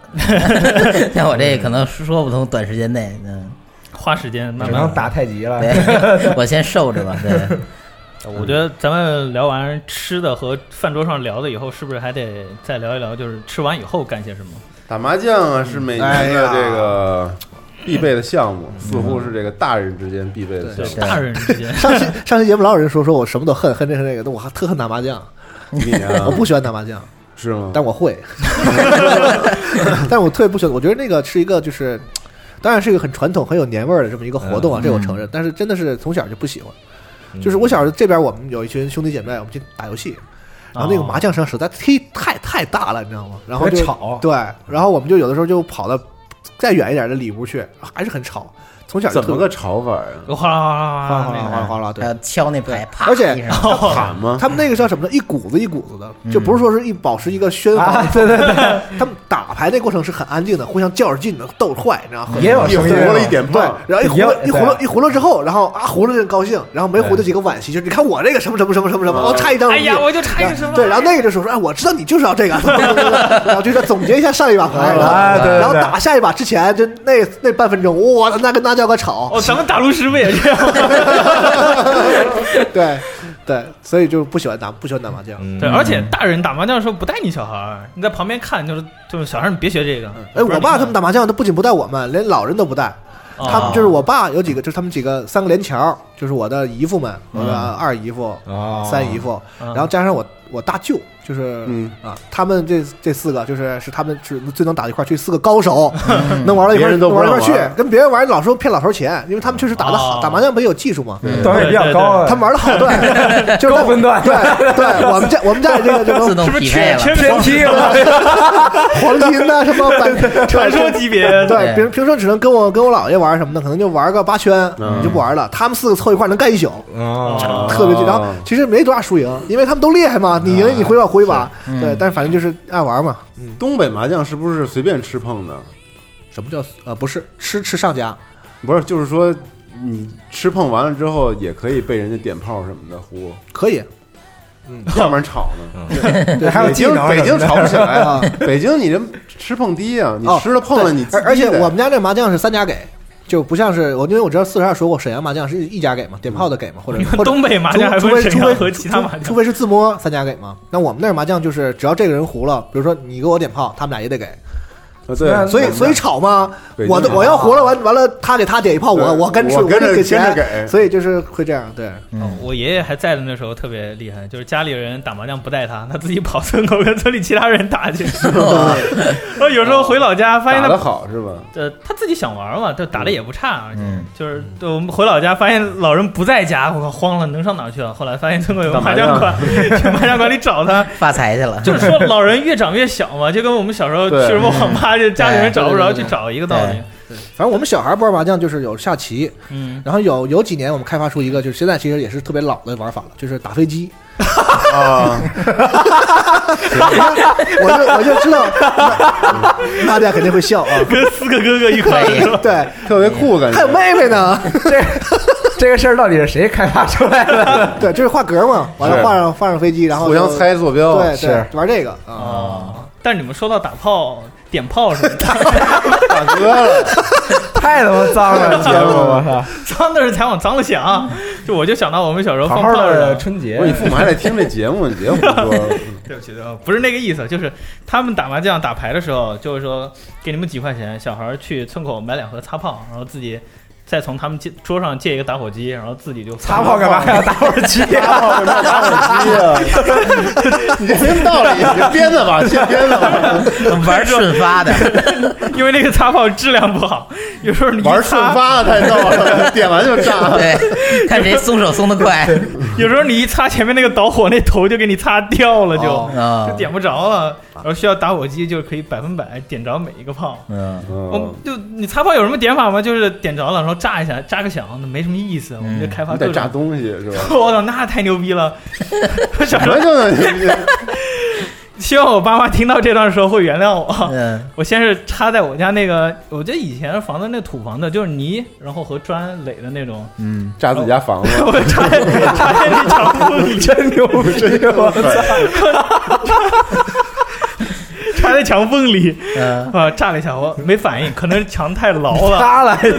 C: 像我这可能说不通，短时间内，嗯，
D: 花时间慢
B: 只
D: 慢
B: 能打太极了。
C: 对，我先受着吧，对，
D: 我觉得咱们聊完吃的和饭桌上聊的以后，是不是还得再聊一聊，就是吃完以后干些什么？
A: 打麻将啊，是每
E: 哎
A: 年的这个必备的项目，似乎是这个大人之间必备的项
D: 对，
A: 目。
D: 大人之间
E: 上期上期节目老有人说说我什么都恨，恨这恨那个，但我还特恨打麻将，
A: 你啊，
E: 我不喜欢打麻将，
A: 是吗？
E: 但我会， 但我特别不喜欢。我觉得那个是一个就是，当然是一个很传统、很有年味儿的这么一个活动
A: 嗯
E: 啊，这我承认。但是真的是从小就不喜欢，就是我小时候这边我们有一群兄弟姐妹，我们去打游戏。然
A: 哦
E: 后那个麻将声实在踢太太大了，你知道吗？然后就
B: 特别吵
E: 对，然后我们就有的时候就跑到再远一点的里屋去，还是很吵。从小就
A: 怎
E: 特
A: 么
E: 别
A: 个啊吵法啊呀？
D: 哗啦哗啦
E: 哗啦哗
D: 哗啦
E: 啦哗
D: 那
E: 啦
D: 个。
E: 哗啦，对
A: 哎
C: 还，要敲那牌，啪
E: 而且
C: 一声，
A: 喊吗？
E: 他们那个叫什么呢？一股子一股子
A: 嗯
E: 的，就不是说是一保持一个喧哗
B: 啊，。对对对，
E: 他们打牌那过程是很安静的，互相较着劲的斗着坏，你知道吗？
B: 也有
A: 一
B: 声
A: 活
B: 音啊
A: 了一点
E: 对
A: 半，，
E: 然后一葫芦
B: 也
E: 一葫芦
B: 对
E: 一葫芦之后，然后啊葫芦就高兴，然后没葫芦几个惋惜，就是你看我这个什么什么什么什么什么，
B: 啊
E: 哦差一张，
D: 哎呀，我就差一个什么？
E: 对，然后那个就说说，哎，我知道你就是要 这个，然后就说总结一下上一把牌，然
B: 啊
E: 后
B: 对对
E: 然后
B: 对
E: 打下一把之前，就那那半分钟，哇，那跟那叫个吵，
D: 哦，咱们打炉石不也这样 吗？
E: 对对，所以就不喜欢打不喜欢打麻将。
B: 嗯
D: 对，而且大人打麻将的时候不带你小孩儿，你在旁边看，就是就是小孩儿，你别学这个。
E: 哎，我爸他们
D: 打，
E: 打麻将，他不仅不带我们，连老人都不带。他们就是我爸有几个，就是他们几个三个连桥，就是我的姨父们，我的二姨夫、
B: 哦
E: 三姨夫，
D: 嗯
E: 然后加上我我大舅，就是
A: 嗯
E: 啊，他们这这四个就是是他们是最能打到一块儿去，四个高手，能玩到一
A: 别
E: 块儿，
A: 人
E: 能
A: 都不
E: 玩到一
A: 让
E: 块
A: 玩
E: 儿去，跟别人玩老说骗老头钱，因为他们确实打的好，
D: 哦
E: 打麻将不也有技术吗？
B: 段位比较高啊，
E: 他们玩的好，对，就是
B: 高分段
E: 对对，我们家我们家里这个这
C: 自
E: 个
C: 动
D: 是不是
C: 匹配
D: 缺
C: 了
D: 缺，
B: 偏激了。
E: 黄金呐、什么百
D: 传说级别？
E: 对，平平时只能跟我跟我姥爷玩什么的，可能就玩个八圈，
A: 嗯
E: 你就不玩了。他们四个凑一块儿能干一宿，
A: 啊
B: 哦
E: 特别近。然后其实没多大输赢，因为他们都厉害嘛，你赢你回一把回一把，
C: 嗯
E: 对。嗯但是反正就是爱玩嘛。
A: 东北麻将是不是随便吃碰的？
E: 什么叫呃不是吃吃上家？
A: 不是，就是说你吃碰完了之后，也可以被人家点炮什么的呼，
E: 可以，
A: 要不然吵呢。
E: 对，
B: 还
E: 还
B: 有
A: 北
B: 技
A: 京
B: 能
A: 北
B: 什
A: 京
B: 么的
A: 吵不起来
E: 啊
A: 啊！北京你这吃碰低啊，你
E: 哦
A: 吃了碰了你自
E: 而
A: 己
E: 而且
A: 得啊
E: 我们家这麻将是三家给，就不像是我，因为我知道四十二说过，沈阳麻将是一家给嘛，点炮的给嘛，或者
D: 你看
E: 或者
D: 东北麻将还
E: 除
D: 分
E: 非
D: 沈
E: 除
D: 阳
E: 非
D: 和其他麻
E: 除
D: 将，
E: 非是自摸三家给嘛。那我们那儿麻将就是只要这个人胡了，比如说你给我点炮，他们俩也得给。
A: 啊对，
E: 所以
A: 我们家
E: 所以吵嘛
A: 北，京
E: 我的
A: 吵
E: 我要活了完完了，他给他点一炮，我
A: 对
E: 跟
A: 我
E: 我
A: 跟着
E: 给
A: 跟
E: 钱
A: 着给
E: 所以就是会这样，对，
D: 哦我爷爷还在的那时候特别厉害，就是家里人打麻将不带他，他自己跑村口跟村里其他人打去。
C: 哦
D: 然后有时候回老家发现
A: 打
D: 他
A: 得好是吧？
D: 呃，他自己想玩嘛，就打的也不差，而且
C: 嗯
D: 就是对我们回老家发现老人不在家，我靠慌了，能上哪儿去啊？后来发现村口有个
A: 打
D: 麻
A: 麻
D: 将
A: 将
D: 馆，去麻将馆里找他。
C: 发财去了，
D: 就是说，老人越长越小嘛，就跟我们小时候去
A: 对
D: 什么网吧，就家里人找不
C: 嗯
D: 着，
C: 哎对对对哎
D: 去
C: 对
D: 找一个道理
C: 对。
E: 反正我们小孩儿不玩麻将就是有下棋，
D: 嗯，
E: 然后有有几年我们开发出一个，就是现在其实也是特别老的玩法了，就是打飞机。
A: 啊，
E: 我就我就知道，大家肯定会笑啊。
D: 跟四个哥哥一块
C: 可以
D: 儿，
E: 对，
A: 特别酷感觉
E: 还有。妹妹呢，
B: 这个事儿到底是谁开发出来的？
E: 对，这是画格嘛，完了
A: 是
E: 画上画上飞机，然后
A: 互相
E: 就，
A: 猜哦坐标，
E: 对
B: 是
E: 对，玩这个啊，
C: 哦，
D: 但是你们说到打炮、点炮什么的，
A: 大 哥了，
B: 太他妈脏 了，节目我操！
D: 脏的是才往脏了想。啊就我就想到我们小时候
B: 嗯好
D: 放
B: 好
D: 炮
B: 的
D: 仗，
B: 春节
A: 我说，你父母还在听这节目，你别胡说。
D: 对不起，对不起不是那个意思，就是他们打麻将、打牌的时候，就是说给你们几块钱，小孩儿去村口买两盒擦炮，然后自己再从他们借桌上借一个打火机，然后自己就
B: 擦炮干嘛还要打火机？
A: 我这打火机啊！你这没什么道理，你这编的吧，现编的吧，
C: 玩顺发的，
D: 因为那个擦炮质量不好， 有时候你一
A: 玩
D: 擦
A: 顺发的太逗了，点完就 炸。
C: 对，看谁松手松得快
D: 有时候你一擦前面那个导火，那头就给你擦掉了就，就、
E: 哦
C: 啊，
D: 点不着了。然后需要打火机，就可以百分百点着每一个炮。
C: 嗯，
D: 我
A: 哦
D: 们就你擦炮有什么点法吗？就是点着了，然后炸一下，炸个响，那没什么意思。我们就开发
A: 你
D: 各
A: 得
D: 种
A: 炸。东西是 吧？
D: 我操，那太牛逼了！ 我小
A: 什
D: 时
A: 么
D: 候
A: 就能
D: 希望我爸妈听到这段时候会原谅我。
C: 嗯
D: 我先是插在我家那个，我觉得以前房子那土房子就是泥，然后和砖垒的那种，
B: 嗯，
A: 炸自己家房子？
D: 我插在插在那墙布里，
B: 真牛 逼！我操！
D: 插在墙缝里。
C: 嗯，
D: 啊，炸了一下，我没反应，可能是墙太牢了，
B: 他来的，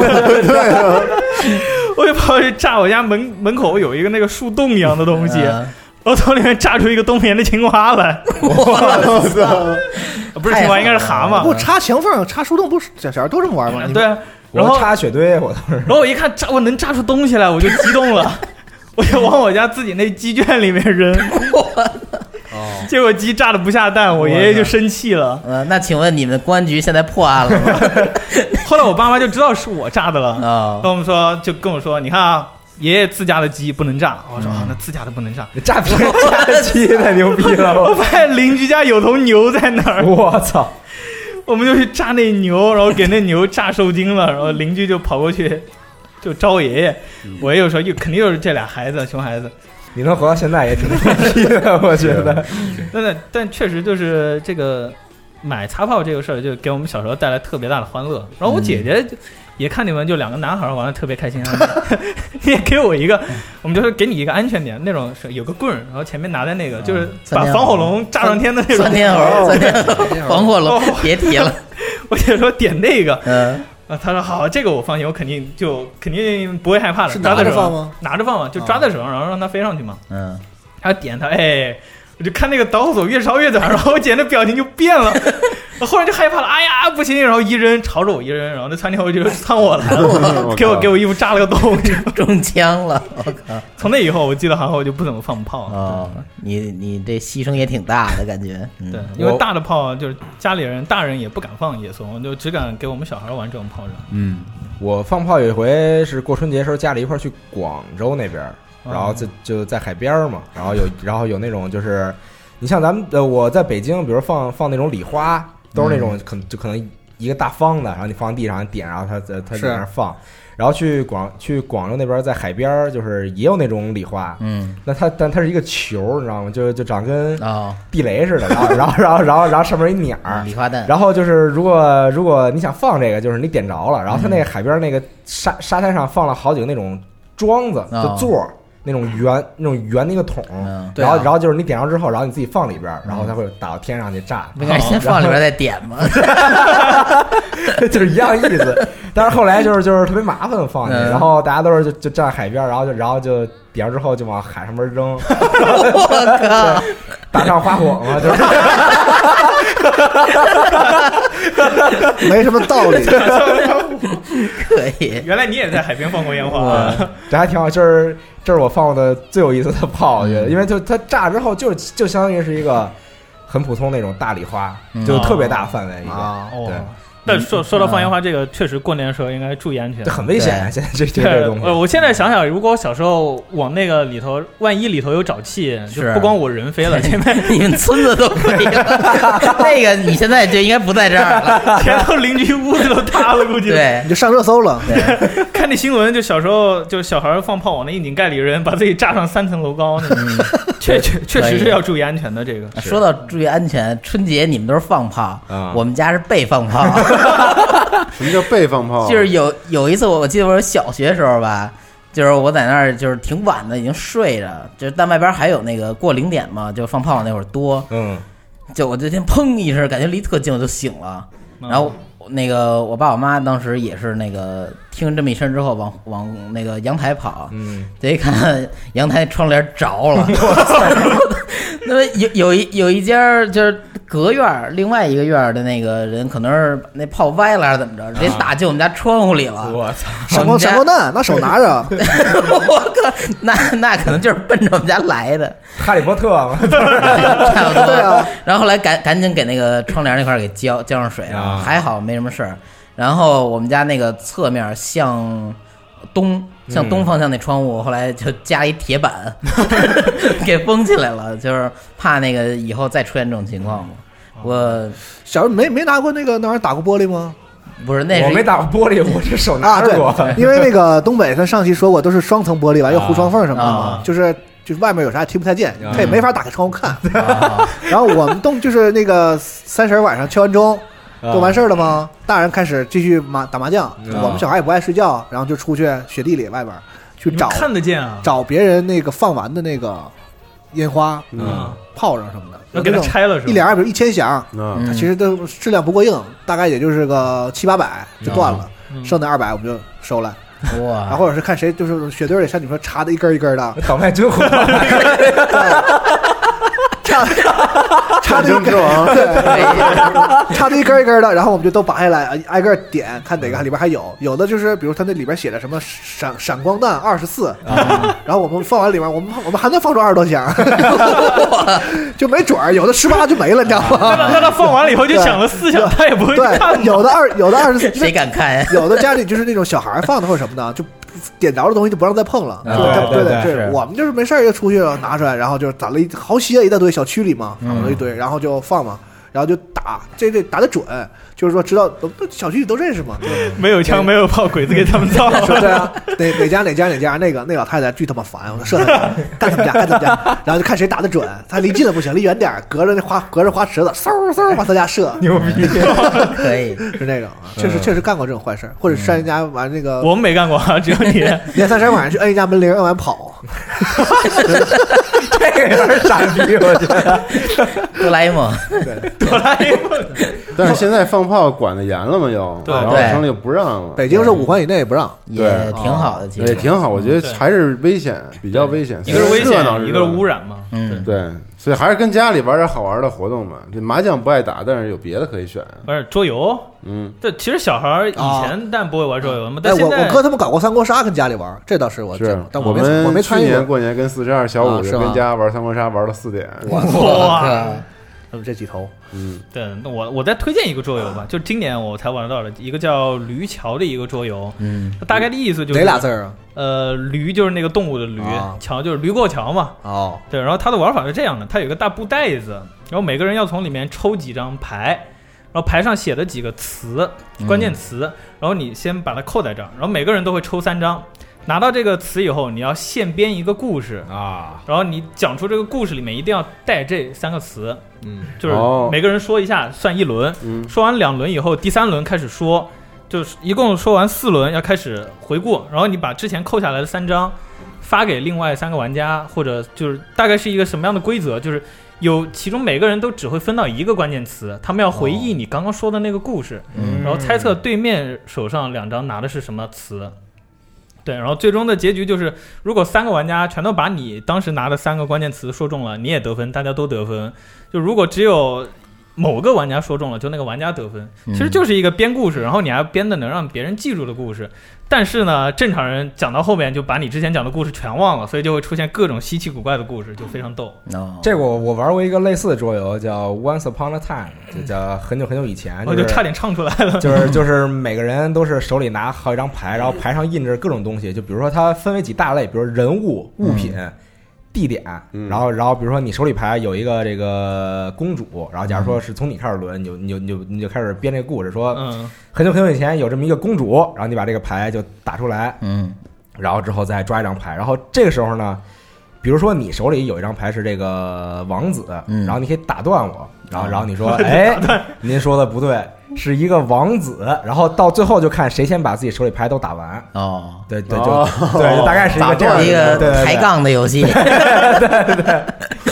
A: 对啊，
D: 我就跑去炸我家门门口有一个那个树洞一样的东西，
C: 嗯
D: 我从里面炸出一个冬眠的青蛙来， 哎
A: 我操！，
D: 不是青蛙，应该是蛤
E: 不
D: 蟆。
E: 插墙缝、插树洞，不是小小孩都这么玩吗？你们
D: 对，啊， 然
B: 我
D: 后
B: 插雪堆，我
D: 然后我一看炸，我能炸出东西来，我就激动了， 我就往我家自己那鸡圈里面 扔，
E: 哦，
D: 结果鸡炸的不下蛋，我爷爷就生气了。
C: 呃，那请问你们公安局现在破案了吗？
D: 后来我爸妈就知道是我炸的了，
C: 啊
D: 跟，我们说，就跟我说，你看啊，爷爷自家的鸡不能炸。我说啊，那自家的不能炸。
B: 炸皮炸鸡太牛逼了！
D: 我
B: 我
D: 发现邻居家有头牛在那儿，
B: 我操！
D: 我们就去炸那牛，然后给那牛炸受惊了，然后邻居就跑过去就招我爷爷，我爷爷说又肯定又是这俩孩子熊孩子，
B: 你能活到现在也挺牛逼的，我觉得。
D: 但但但确实就是这个买擦炮这个事儿，就给我们小时候带来特别大的欢乐。然后我姐姐就也看你们就两个男孩玩的特别开心，然后你你也给我一个，我们就说给你一个安全点那种是有个棍儿，然后前面拿的那个就是
C: 窜
D: 把
C: 天猴
D: 防火龙炸上天的那种
C: 窜。天
E: 哦
D: 啊
C: 猴，窜天猴，黄火龙， 别提了，
D: 我姐说点那个，
C: 嗯，
D: 啊，他说好，这个我放心，我肯定就肯定不会害怕的。
E: 是
D: 抓
E: 拿
D: 在
E: 着
D: 手上
E: 放吗？啊
D: 拿着放嘛，就抓在手上，然后让它飞上去嘛。
C: 嗯，
D: 他点它，哎，我就看那个导火索越烧越短，然后我姐那表情就 变了，我后来就害怕了，哎呀不行，然后一扔，朝着我一扔，然后那窜天猴就窜我来 了给我给我衣服扎了个洞。
C: 中枪了，我靠！
D: 从那以后，我记得好像我就不怎么放炮
E: 啊
D: 了。
C: 哦，你你这牺牲也挺大的感觉，嗯
D: 对，因为
B: 我
D: 大的炮就是家里人大人也不敢放野松，就只敢给我们小孩玩这种炮仗。
B: 嗯，我放炮有一回是过春节时候家里一块儿去广州那边儿，然后就就在海边儿嘛，然后有然后有那种就是，你像咱们呃我在北京，比如放放那种礼花，都是那种可就可能一个大方的，然后你放地上点，然后它它它
E: 是
B: 在那儿放，然后去广去广州那边儿在海边儿就是也有那种礼花。
C: 嗯，
B: 那它，但它是一个球儿，你知道吗？就就长跟
C: 哦，
B: 地雷似的，然后，然后，然后，然后，然后上面一鸟儿，
C: 礼花弹，
B: 嗯然后就是，如果如果你想放这个，就是你点着了，然后它那个海边那个沙沙滩上放了好几个那种桩子，
C: 啊
B: 就座儿那种圆那种圆的一个桶，
C: 嗯
E: 对
B: 然
E: 啊
B: 后然后就是你点着之后，然后你自己放里边儿，然后它会打到天上去炸，
C: 不应该先放里边再点吗？
B: 就是一样意思。但是后来就是就是特别麻烦放进去，
C: 嗯
B: 然后大家都是就就站海边儿，然后就然后就点着之后就往海上面扔，
C: 我 靠！
B: 打上花火嘛，就是
E: 没什么道理。
C: 可以，
D: 原来你也在海边放过烟花啊，
B: 嗯，这还挺好，这是这是我放过的最有意思的炮，我觉得，因为就它炸之后就就相当于是一个很普通那种大礼花，
C: 嗯
B: 就特别大范围一个，
E: 啊
D: 哦
B: 对，
D: 但说说到放烟花这个，确实过年的时候应该注意安全
B: 这。很危险啊！现在这这这东
D: 呃，
B: 西，
D: 我现在想想，如果我小时候往那个里头，万一里头有沼气，就是不光我人飞 了，前面
C: 你们村子都不一样。那个你现在就应该不在这儿了。
D: 前头邻居屋子都塌了，估计。，
C: 对
E: 你就上热搜了。
C: 对，
D: 看那新闻，就小时候就小孩放炮往那窨井盖里扔，把自己炸上三层楼高，那
C: 嗯，
D: 确确确
C: 可
D: 实是
C: 以哎
D: 要注意安全的。这个
C: 说到注意安全，春节你们都是放炮，
B: 啊
C: 我们家是被放炮。
A: 什么叫被放炮？
C: 就是有有一次我，我记得我小学时候吧，就是我在那儿就是挺晚的，已经睡着，就是但外边还有那个过零点嘛，就放炮那会儿多，
B: 嗯，
C: 就我就听砰一声，感觉离特近，我就醒了。
D: 嗯
C: 然后我那个我爸我妈当时也是那个听这么一声之后往，往那个阳台跑，
B: 嗯，
C: 结果一看 阳台窗帘着了，那么有有一有一家儿就是隔院儿，另外一个院儿的那个人可能是把那炮歪了还是怎么着，直接打进我们家窗户里了。
B: 我操，
E: 闪
C: 我
E: 光
C: 们家
E: 闪光弹，拿手拿着，
C: 我靠，那那可能就是奔着我们家来的，
B: 哈利波特嘛，
C: 差不多。
E: 对啊
C: 然后后来赶赶紧给那个窗帘那块儿给浇浇上水
B: 啊
C: 还好没什么事儿。然后我们家那个侧面向东，
B: 嗯
C: 向东方向那窗户，后来就加一铁 板，给封起来了，就是怕那个以后再出现这种情况嘛。
B: 哦
C: 我
E: 小时候没没拿过那个那玩意儿打过玻璃吗？
C: 不是那
B: 我没
C: 是
B: 打过玻璃，我这手
E: 啊，
B: 拿着
E: 对
B: 嗯过，，
E: 因为那个东北，他上期说过都是双层玻璃吧，又糊窗缝什么的
C: 啊
E: 嘛，就是就是外面有啥也听不太见
B: 啊，
E: 他也没法打开窗户看。
C: 啊
E: 然后我们东就是那个三十晚上敲完钟，
B: 啊
E: 都完事儿了吗？大人开始继续麻打麻将，
B: 嗯，
E: 我们小孩也不爱睡觉，然后就出去雪地里外边儿去
D: 你们
E: 找
D: 看得见啊，
E: 找别人那个放完的那个烟花
A: 嗯，
E: 炮仗什么的，
D: 要
E: 有
D: 给
E: 那
D: 它
E: 种
D: 拆了是吧？
E: 一两二，比如一千响，
A: 那
C: 嗯
E: 其实都质量不过硬，大概也就是个七八百就断了，
D: 嗯
E: 剩的二百我们就收了，然后
C: 哇，
E: 或者是看谁就是雪堆里像你说插的一根儿一根儿的
B: 倒卖军火，
E: 插插
A: 战
E: 的一
A: 争
E: 根
A: 之
E: 儿。
A: 王，
E: 对，插的一根儿一根儿的，然后我们就都拔下来，挨挨个儿点，看哪个里边还有。有的就是，比如它那里边写着什么闪闪光弹二十四，然后我们放完里面，我们我们还能放出二十多响，就没准儿有的十八就没了，你知道
D: 那
E: 吗？
D: 他那他放完了以后就响了四响，
E: 对
D: 他也不会去看
E: 对，有的二有的二十四，
C: 谁敢看呀？
E: 有的家里就是那种小孩儿放的或者什么的，啊就点着的东西就不让再碰了。
B: 啊
E: 就
B: 对
E: 对
B: 对
E: 对，
B: 是
E: 这我们就是没事儿就出去了，拿出来，然后就攒了一好些一大堆小区里嘛，攒
B: 嗯
E: 了一堆，然后就放嘛，然后就打，这这打得准，就是说知道都都小区里都认识嘛。对
D: 没有枪没有炮，鬼子给他们造了。
E: 说对啊，哪哪家哪家哪家那个那老太太巨他妈烦，我说射他干他们家干他们家，然后就看谁打得准，他离近了不行，离远点儿，隔着那花隔着花池子，嗖嗖往他家射，
B: 牛逼，
C: 可以，
E: 是那种啊，确实确实干过这种坏事儿，
B: 嗯
E: 或者上人家玩那个
D: 我们没干过啊，只有你。
E: 年三十晚上去摁一下门铃，摁完跑，
B: 这个有点傻逼，我觉得。
C: 哆啦 A 梦，
D: 哆啦 A 梦，
A: 但是现在放炮管的严了嘛，又，
D: 对
A: 然后
C: 对
A: 城里不让了，
E: 北京是五环以内不让，
C: 也挺好的，其
A: 也
C: 实
A: 挺好，我觉
D: 对
A: 得还是危险，比较危险，
D: 一个是危
A: 热闹
D: 险，一个是污
A: 染，
D: 染嘛。
C: 嗯
A: 对，所以还是跟家里玩点好玩的活动吧。这麻将不爱打，但是有别的可以选，啊
D: 不是桌游，
A: 嗯，
D: 对，其实小孩儿以前但不会玩桌游嘛，但
E: 啊哎，
D: 现
E: 我
D: 在
E: 我哥他们搞过三国杀，跟家里玩儿，这倒是我见
A: 是
E: 过，但没
A: 们
E: 我没
A: 去
E: 参与
A: 年
E: 过。
A: 过年跟四十二小
E: 啊
A: 五
E: 是
A: 就
E: 吗
A: 跟家玩三国杀，玩到四点，
D: 哇，
E: 他们这几头
A: 嗯，
D: 对，那我我再推荐一个桌游吧，就今年我才玩到的一个叫《驴桥》的一个桌游，
C: 嗯，
D: 大概的意思就是
E: 哪俩字儿啊？
D: 呃，驴就是那个动物的驴
E: 啊，
D: 桥就是驴过桥嘛。
E: 哦，
D: 对，然后它的玩法是这样的，它有一个大布袋子，然后每个人要从里面抽几张牌，然后牌上写的几个词，
C: 嗯
D: 关键词，然后你先把它扣在这儿，然后每个人都会抽三张，拿到这个词以后，你要现编一个故事，
B: 啊，
D: 然后你讲出这个故事里面一定要带这三个词，
B: 嗯，
D: 就是
A: 哦
D: 每个人说一下，算一轮，
A: 嗯
D: 说完两轮以后，第三轮开始说，就是一共说完四轮要开始回顾，然后你把之前扣下来的三张发给另外三个玩家，或者就是大概是一个什么样的规则，就是有其中每个人都只会分到一个关键词，他们要回忆你刚刚说的那个故事，
C: 嗯
D: 然后猜测对面手上两张拿的是什么词。对，然后最终的结局就是，如果三个玩家全都把你当时拿的三个关键词说中了，你也得分，大家都得分。就如果只有某个玩家说中了，就那个玩家得分。
C: 嗯
D: 其实就是一个编故事，然后你还编的能让别人记住的故事。但是呢，正常人讲到后面就把你之前讲的故事全忘了，所以就会出现各种稀奇古怪的故事，就非常逗。
C: 哦，
B: 这个我我玩过一个类似的桌游，叫 Once Upon a Time，就叫很久很久以前，
D: 我
B: 哎是
D: 哦就差点唱出来了。
B: 就是就是每个人都是手里拿好几张牌，然后牌上印着各种东西，就比如说它分为几大类，比如人物、物品、地点，
A: 嗯
B: 然后然后比如说你手里牌有一个这个公主，然后假如说是从你开始轮，你就你就你就你就开始编这个故事，说
D: 嗯，
B: 很久很久以前有这么一个公主，然后你把这个牌就打出来，
C: 嗯
B: 然后之后再抓一张牌，然后这个时候呢，比如说你手里有一张牌是这个王子，
C: 嗯
B: 然后你可以打断我，然后然后你说，哎，您说的不对，是一个王子，然后到最后就看谁先把自己手里牌都打完，
C: 哦，
B: 对对就、
A: 哦
B: 对，就大概是一个这样的
C: 一
B: 个对
C: 个抬，杠的游戏，
A: 这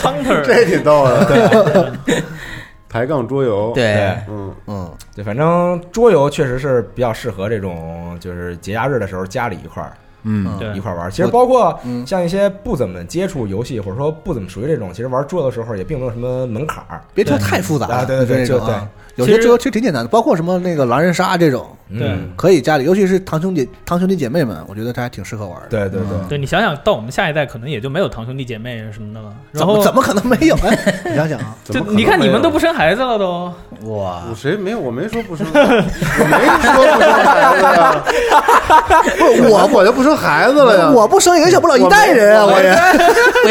D: ，counter
A: 挺逗的。 抬杠桌游，，
C: 对，
A: 嗯，
E: 嗯，
B: 对对，反正桌游确实是比较适合这种就是节假日的时候家里一块儿。
C: 嗯
D: 对
B: 一块儿玩儿。其实包括
C: 嗯
B: 像一些不怎么接触游戏，或者说不怎么熟悉这种，其实玩桌的时候也并没有什么门槛儿。
E: 别求太复杂
B: 啊对对对
E: 这种啊
D: 就
E: 有
D: 对
E: 些桌游其实挺简单的，包括什么那个狼人杀这种，
D: 对
B: 嗯
E: 可以家里，尤其是堂兄弟、堂兄弟姐妹们，我觉得这还挺适合玩的。
B: 对对对，
D: 对你想想，到我们下一代可能也就没有堂兄弟姐妹啊什么的了。然
E: 怎
D: 后
E: 么怎么可能没有？哎，你想想 啊，
A: 怎
D: 就
A: 么可能
D: 你看，
A: 没
D: 你
A: 有
D: 们都不生孩子了都，
C: 哇
A: 我，谁没有？我没说不生，我没说不生孩子呀。 不，我我就不生孩子了呀。
E: 啊我不生也小不了一代人啊，
A: 啊我没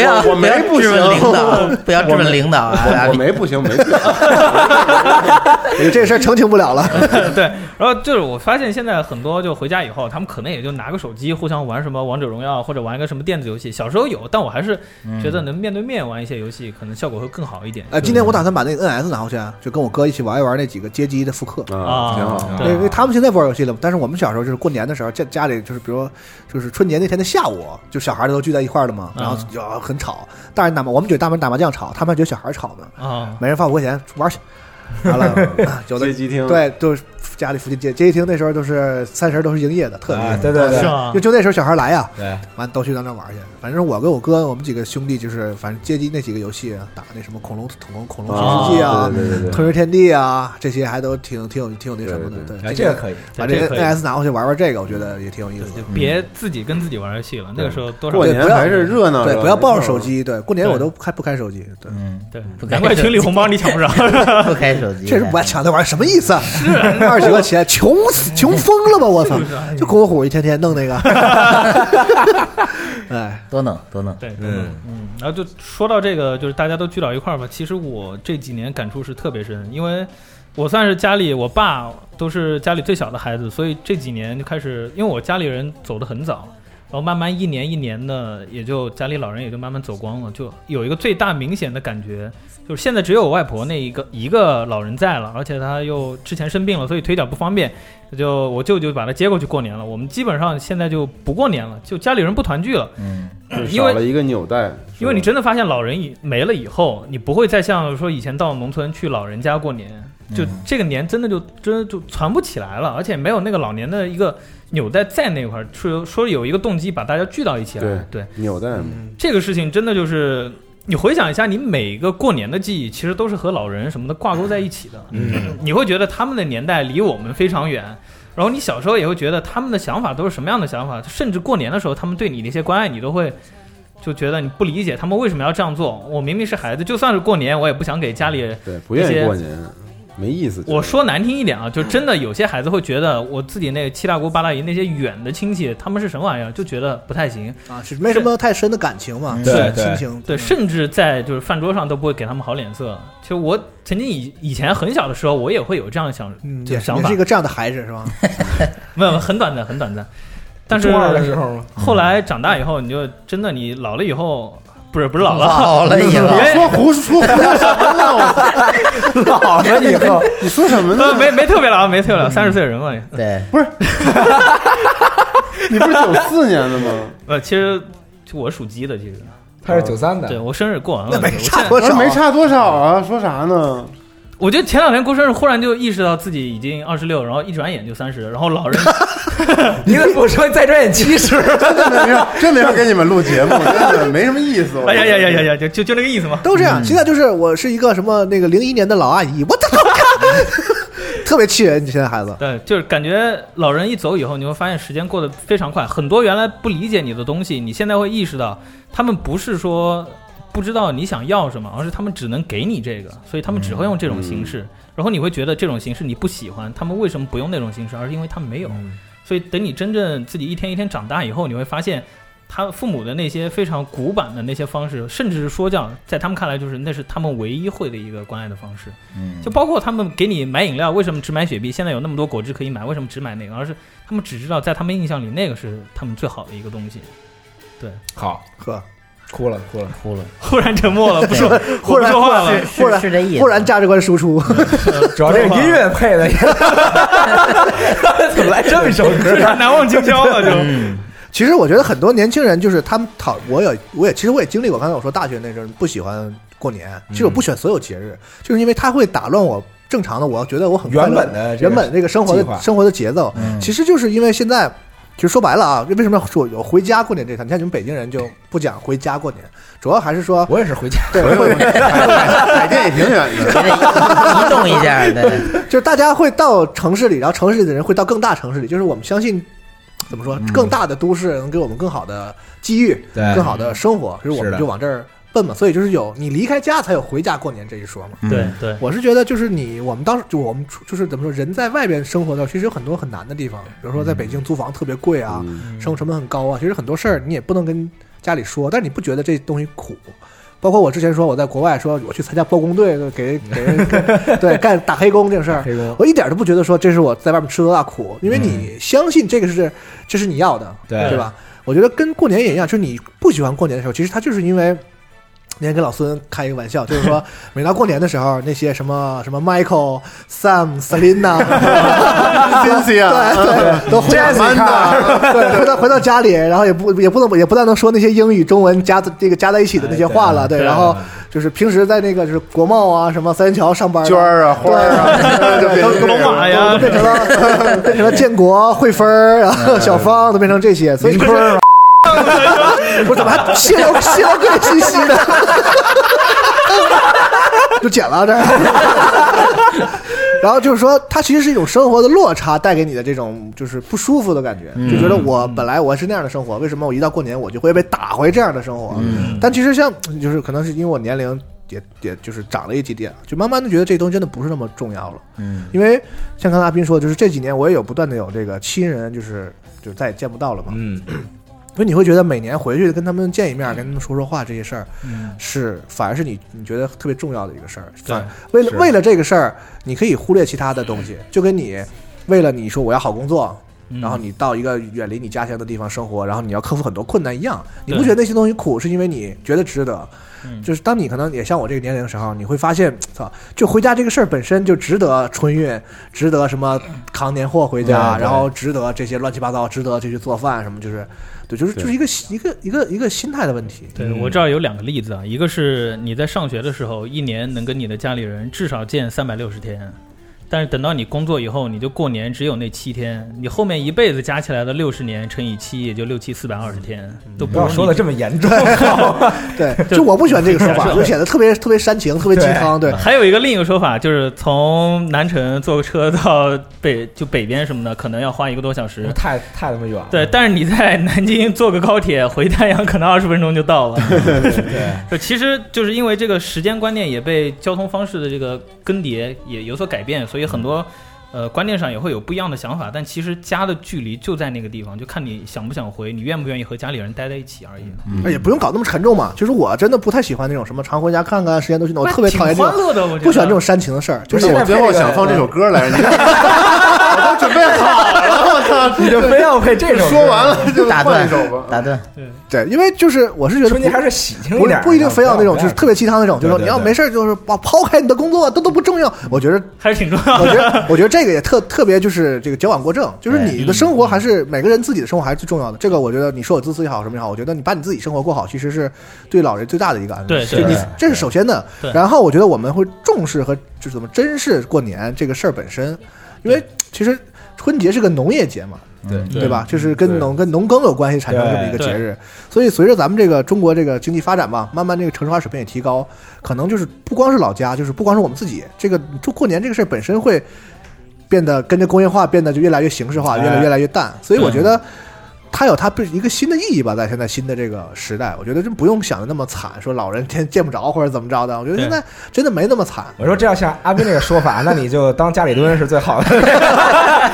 C: 不
E: 我也。
C: 要
A: 我我没
C: 不要
A: 不
C: 质
A: 行
C: 问领导，不要质问领 导啊
A: 我！我没不行，没不 行。
E: 哎这事儿澄清不了了。
D: 对。然后就是我发现现在很多就回家以后，他们可能也就拿个手机互相玩什么王者荣耀或者玩一个什么电子游戏。小时候有，但我还是觉
A: 嗯
D: 得能面对面玩一些游戏，可能效果会更好一
A: 哎
D: 点。
E: 呃，今天我打算把那个 NS 拿回去啊，就跟我哥一起玩一玩那几个街机的复刻。
A: 啊，
D: 啊
A: 挺好。
D: 对
E: 对，因为他们现在不玩游戏了，但是我们小时候就是过年的时候，家家里就是比如就是春节那天的下午，就小孩儿都聚在一块儿了嘛，
D: 嗯
E: 然后就很吵，大人打麻，我们觉得大人打麻将吵，他们还觉得小孩儿吵呢，
D: 啊，
E: 每人发五块钱玩去，完了 有的
A: 街机厅，
E: 对，就是家里附近街街机厅那时候都是三十儿都是营业的，特别
B: 啊
E: 厉害
B: 对对
D: 是
B: 对
D: 吗
E: 就？就那时候小孩儿来啊呀，
B: 对，
E: 完都去到那玩去。反正我跟我哥，我们几个兄弟就是，反正街机那几个游戏啊，打那什么恐龙恐龙恐龙
A: 啊，
E: 新世纪啊，
A: 对对对对，
E: 吞食天地啊，这些还都挺挺有挺有那什么的。
A: 对
E: 对
B: 哎，这个可以，
E: 把
D: 对
E: 这
D: 这
E: 个
D: 可以
E: NS 拿回去玩玩，这个我觉得也挺有意思
D: 对，就
E: 的。
D: 别自己跟自己玩游戏了。那个时候多少
A: 过年还是热闹热
E: 对，
A: 闹，
E: 不要抱着手机。对，过年
D: 对
E: 我都开不开手机。对，
C: 嗯，
D: 对
C: 不，该
D: 难怪
C: 是
D: 群里红包你抢 不着。
C: 不开手机，
E: 这是我抢那玩意儿什么意思啊？ 二十块钱，穷死穷疯了吧？我操
D: 是不是哎！
E: 就跟我虎一天天弄那个。 哎，
C: 多弄多弄，
D: 对，
B: 嗯
D: 嗯，然后就说到这个，就是大家都聚到一块儿吧。其实我这几年感触是特别深，因为我算是家里我爸都是家里最小的孩子，所以这几年就开始，因为我家里人走得很早，然后慢慢一年一年的，也就家里老人也就慢慢走光了。就有一个最大明显的感觉，就是现在只有我外婆那一个一个老人在了，而且她又之前生病了，所以腿脚不方便，就我舅舅把她接过去过年了。我们基本上现在就不过年了，就家里人不团聚了。
C: 嗯
A: 就
D: 因为
A: 少了一个纽带，
D: 因为你真的发现老人以没了以后，你不会再像说以前到农村去老人家过年，就
C: 嗯
D: 这个年真的就真的就传不起来了，而且没有那个老年的一个纽带在那块儿，说说有一个动机把大家聚到一起来。对，
A: 纽带嘛，
D: 这嗯个事情真的就是你回想一下，你每一个过年的记忆其实都是和老人什么的挂钩在一起的，
B: 嗯，
D: 你会觉得他们的年代离我们非常远。然后你小时候也会觉得他们的想法都是什么样的想法，甚至过年的时候，他们对你的一些关爱，你都会就觉得你不理解他们为什么要这样做。我明明是孩子，就算是过年，我也不想给家
B: 嗯
D: 里。
A: 对，不愿
D: 那
A: 意
D: 些
A: 过年，没意思。
D: 我说难听一点啊，就真的有些孩子会觉得我自己那个七大姑八大姨那些远的亲戚，他们是什么玩意儿，就觉得不太行。
E: 啊，是没什么太深的感情嘛，
C: 对
E: 是
B: 对
E: 亲情。
D: 对，甚至在就是饭桌上都不会给他们好脸色。其实我曾经以以前很小的时候，我也会有这样的想，
E: 嗯，
D: 就
E: 也是
D: 是想
E: 也
D: 法
E: 是一，个这样的孩子是吧？
D: 没有很短暂，很短暂。但是
B: 中二的时候嘛，
D: 后来长大以后，你就真的你老了以后，不是不是老了，
C: 老 了以后，
D: 别
A: 说胡说胡说什么呢？
B: 老了以后，
A: 你说什么呢
D: 呃？ 没没特别老，没特别老，三十岁的人嘛。
C: 对，
A: 你不是九四年的 吗？
D: 呃，其实就我属鸡的，其实
B: 他是九三的
D: 对，我生日过完了，
E: 嗯那 没
B: 嗯
D: 我现
E: 差
D: 在
E: 多
A: 我说没差多
E: 少，啊
A: 少啊，说啥呢？
D: 我觉得前两天过生日，忽然就意识到自己已经二十六，然后一转眼就三十，然后老人
B: 你怎么不说再赚点七十？
A: 真的没法，真没法给你们录节目，真的没什么意思。
D: 哎呀呀呀呀呀，就就就那个意思嘛。
E: 都这
B: 嗯
E: 样。现在就是我是一个什么那个零一年的老阿姨，我 操，特别气人！你现在孩子，
D: 对，就是感觉老人一走以后，你会发现时间过得非常快，很多原来不理解你的东西，你现在会意识到，他们不是说不知道你想要什么，而是他们只能给你这个，所以他们只会用这种形式。然后你会觉得这种形式你不喜欢，他们为什么不用那种形式，而是因为他们没有。
C: 嗯
D: 所以等你真正自己一天一天长大以后，你会发现，他父母的那些非常古板的那些方式，甚至是说教，在他们看来就是那是他们唯一会的一个关爱的方式。
F: 嗯
D: 就包括他们给你买饮料，为什么只买雪碧？现在有那么多果汁可以买，为什么只买那个？而是他们只知道在他们印象里那个是他们最好的一个东西。
B: 好，
E: 呵，
B: 哭了哭了。
C: 哭了，
D: 忽然沉默了，不说，
E: 忽然
D: 我不说话
A: 呃
D: 了
E: 是。忽
C: 是
E: 然
C: 是这意思，
E: 忽然价值观输出，
B: 主要这个音乐配的，怎么来这么一首歌？啊
D: 难忘今宵了，就
F: 嗯
E: 其实我觉得很多年轻人就是他们讨，我也我也其实我也经历过。刚才我说大学那阵儿不喜欢过年，
B: 嗯
E: 其实我不喜欢所有节日，就是因为它会打乱我正常的，我觉得我很快乐
B: 原本的这个
E: 原本这个生活
B: 计划
E: 的生活的节奏。
F: 嗯
E: 其实就是因为现在，其实说白了啊，为什么要说有回家过年这套？你看你们北京人就不讲回家过年，主要还是说
B: 我也是回家，
E: 对，会
A: 海淀也挺远 的，
C: 觉得移动一 下，对，
E: 就是大家会到城市里，然后城市里的人会到更大城市里，就是我们相信。怎么说？更大的都市能给我们更好的机遇，
B: 嗯对
E: 更好的生活，所以我
B: 是
E: 们
B: 的
E: 就往这儿奔嘛。所以就是有你离开家才有回家过年这一说嘛。
F: 嗯
D: 对对，
E: 我是觉得就是你，我们当时就我们出就是怎么说，人在外边生活的时候，其实有很多很难的地方，比如说在北京租房特别贵啊，
B: 嗯
E: 生活成本很高啊。其实很多事儿你也不能跟家里说，但是你不觉得这东西苦？包括我之前说我在国外说我去参加包工队，给给人对干打黑工这种事儿，
B: 黑工
E: 我一点都不觉得说这是我在外面吃多大苦，因为你相信这个是这是你要的，
B: 对
E: 吧？我觉得跟过年也一样，就是你不喜欢过年的时候，其实他就是因为。那天跟老孙开一个玩笑，就是 说每到过年的时候，那些什么什么 Michael、Sam、Selina，
A: 真是啊，
E: 对对，都回到
A: Jessica
E: 对，回到回到家里，然后也不也不能也不但能说那些英语、中文加这个加在一起的那些话了，哎对，然后就是平时在那个就是国贸啊、什么三元桥上班的，
A: 娟儿啊，花儿啊，就变 成这
D: 龙
A: 样
D: 马呀
E: 都，变成了变成了建国、汇丰儿，然后小芳都变成这些，所以你说 我怎么还泄露泄露个人信息呢？ 就剪了这儿。 然后就是说，它其实是一种生活的落差带给你的这种就是不舒服的感觉，就觉得我本来我是那样的生活，为什么我一到过年我就会被打回这样的生活？但其实像就是可能是因为我年龄也也就是长了一级点，啊就慢慢的觉得这东西真的不是那么重要了。
F: 嗯
E: 因为像刚才阿斌说，就是这几年我也有不断的有这个亲人，就是就再也见不到了嘛，
B: 嗯，
E: 所以你会觉得每年回去跟他们见一面，跟他们说说话这些事儿，是反而是你你觉得特别重要的一个事儿。
D: 对
E: 反为了
B: 是
E: 为了这个事儿，你可以忽略其他的东西，就跟你为了你说我要好工作。然后你到一个远离你家乡的地方生活，然后你要克服很多困难一样，你不
D: 对
E: 觉得那些东西苦，是因为你觉得值得。
D: 嗯
E: 就是当你可能也像我这个年龄的时候，你会发现，操，就回家这个事儿本身就值得春运，值得什么扛年货回家，
B: 对对
E: 然后值得这些乱七八糟，值得这去做饭什么，就是，对，就是就是一个一个一个一个心态的问题。
D: 对我这儿有两个例子啊，一个是你在上学的时候，一年能跟你的家里人至少见三百六十天，但是等到你工作以后，你就过年只有那七天，你后面一辈子加起来的六十年乘以七，也就六七四百二十天，都
B: 不
D: 不
B: 要
D: 如
B: 说的
D: 你
B: 这么严重，
E: 对，
D: 就
E: 就我不喜欢这个说
D: 假
E: 法，
D: 设
E: 就显得特别特别煽情，特别鸡汤。对，
D: 还有一个另一个说法，就是从南城坐个车到北， 就北边什么的，可能要花一个多 小 时。
B: 太太他妈远了。
D: 对，但是你在南京坐个高铁回丹阳，可能二十分钟 就到了。
B: 对，
D: 就其实就是因为这个时间观念也被交通方式的这个更迭也有所改变，所以很
E: 嗯
D: 多呃观念上也会有不一样的想法。但其实家的距离就在那个地方，就看你想不想回，你愿不愿意和家里人待在一起而已。
B: 嗯
E: 哎也不用搞那么沉重嘛。就是我真的不太喜欢那种什么常回家看看，时间都去弄，我
D: 哇
E: 特别讨厌
D: 挺
E: 这
D: 欢
E: 种，
D: 乐的，我觉得
E: 不喜欢这种煽情的事儿。就
A: 不
E: 是
A: 是
E: 我
A: 我最后想放这首歌来着，你看 我都准备好了，我操！
B: 你就非要配这首。
A: 说完，了就
C: 打
A: 换
C: 断
A: 一首吧。
C: 打 断，
E: 对，因为就是我是觉得
B: 春节
E: 不
B: 还是喜庆一
E: 不
B: 点，
E: 不一定非要那种就是特别鸡汤那种，就
B: 对
E: 是说
B: 对
E: 你要
B: 对
E: 没事儿就是把抛开你的工作，都都不重要。我觉得
D: 还是挺重 要
E: 我觉
D: 的。
E: 得，我觉得这个也特特别，就是这个矫枉过正，就是
D: 哎
F: 对
E: 你的生活还是每个人自己的生活还是最重要的。这个我觉得，你说我自私也好，什么也好，我觉得你把你自己生活过好，其实是对老人最大的一个安慰。
D: 对
E: 就
D: 对
E: 你
B: 对
E: 这是首先的
D: 对。
E: 然后我觉得我们会重视和就是怎么珍视过年这个事儿本身，因为其实春节是个农业节嘛，
B: 对
C: 嗯
E: 对吧？就是跟农跟农耕有关系产生这么一个
D: 对
E: 节日，所以随着咱们这个中国这个经济发展嘛，慢慢这个城市化水平也提高，可能就是不光是老家，就是不光是我们自己，这个就过年这个事儿本身会变得跟着工业化变得就越来越形式化，
B: 哎
E: 越来越来越淡，所以我觉得。它有它不一个新的意义吧，在现在新的这个时代，我觉得真不用想的那么惨，说老人见见不着或者怎么着的，我觉得
D: 对
E: 现在真的没那么惨，
B: 我说这要像阿斌这个说法，那你就当家里蹲是最好的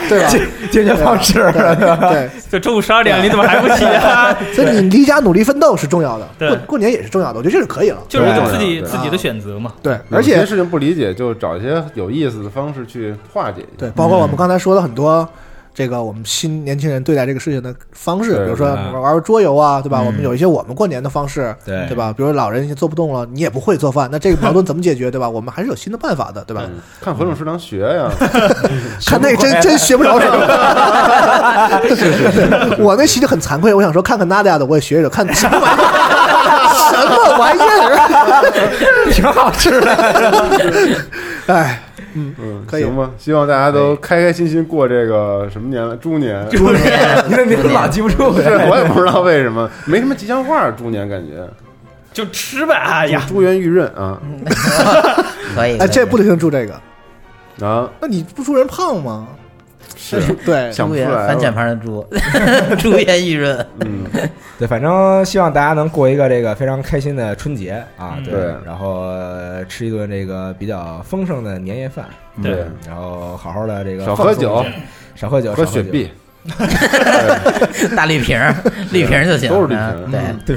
E: 对吧？
B: 解解决方式了，对吧？
E: 对，
D: 就中午十二点，你怎么还不起啊？
E: 所以你离家努力奋斗是重要的，
D: 对
E: 过过年也是重要的，我觉得这是可以了。
D: 就是
B: 对
D: 自己
A: 对
D: 自己的选择嘛。
E: 对，
A: 有
E: 而
A: 些
E: 且
A: 事情不理解，就找一些有意思的方式去化解一下。
E: 对，包括我们刚才说的很多，这个我们新年轻人对待这个事情的方式，
A: 对
E: 比如说
B: 对对
E: 玩玩桌游啊，对吧？
B: 嗯
E: 我们有一些我们过年的方式，
B: 对
E: 对吧？比如老人已经做不动了，你也不会做饭，那这个矛盾怎么解决，对吧？我们还是有新的办法的，对吧？
A: 嗯看何种食堂学呀，
E: 看那个真真学不着什么， 是是是，我那期就很惭愧，我想说看看 Nadia 的，我也学学，看什么玩意儿， 什么玩意儿，
B: 挺好吃的。
E: 哎，
A: 嗯，
E: 可以
A: 行吧？希望大家都开开心心过这个什么年来？猪年。
B: 猪年，你怎么老记不住
A: 不是，
B: 呀？
A: 我也不知道为什么，没什么吉祥话。猪年感觉，
D: 就吃呗，哎呀，
A: 猪圆玉润啊
C: 可以。
E: 哎，这不
C: 能
E: 能用住这个，
A: 啊，
E: 那你不说人胖吗？
A: 是
E: 对，
A: 想不出来
C: 翻
A: 了
C: 键。盘的猪，猪 颜玉润，
A: 嗯，
B: 对，反正希望大家能过一个这个非常开心的春节啊，
D: 嗯
A: 对
B: 然后呃吃一顿这个比较丰盛的年夜饭，嗯
D: 对
A: 对，
B: 然后好好的这个
A: 少
B: 放
A: 喝
B: 松一
A: 酒
B: 下，少喝酒，
A: 和
B: 少
A: 雪
B: 酒，
A: 碧，
C: 大绿瓶儿，绿瓶儿就行。
A: 都是绿瓶
C: 啊对，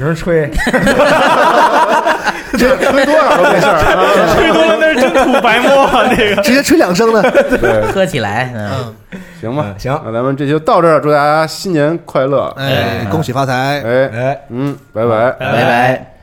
B: 对瓶吹，
A: 这喝多少都没事 儿啊
D: 吹多了那是真吐白 沫，那个
E: 直接吹两声的。
A: 啊。对，
C: 喝起来，嗯，
A: 行吧，
B: 嗯行
A: 那咱们这就到这儿，祝大家新年快乐。
E: 哎，恭喜发财！
A: 哎，
B: 哎。
A: 嗯，拜拜。
C: 拜拜。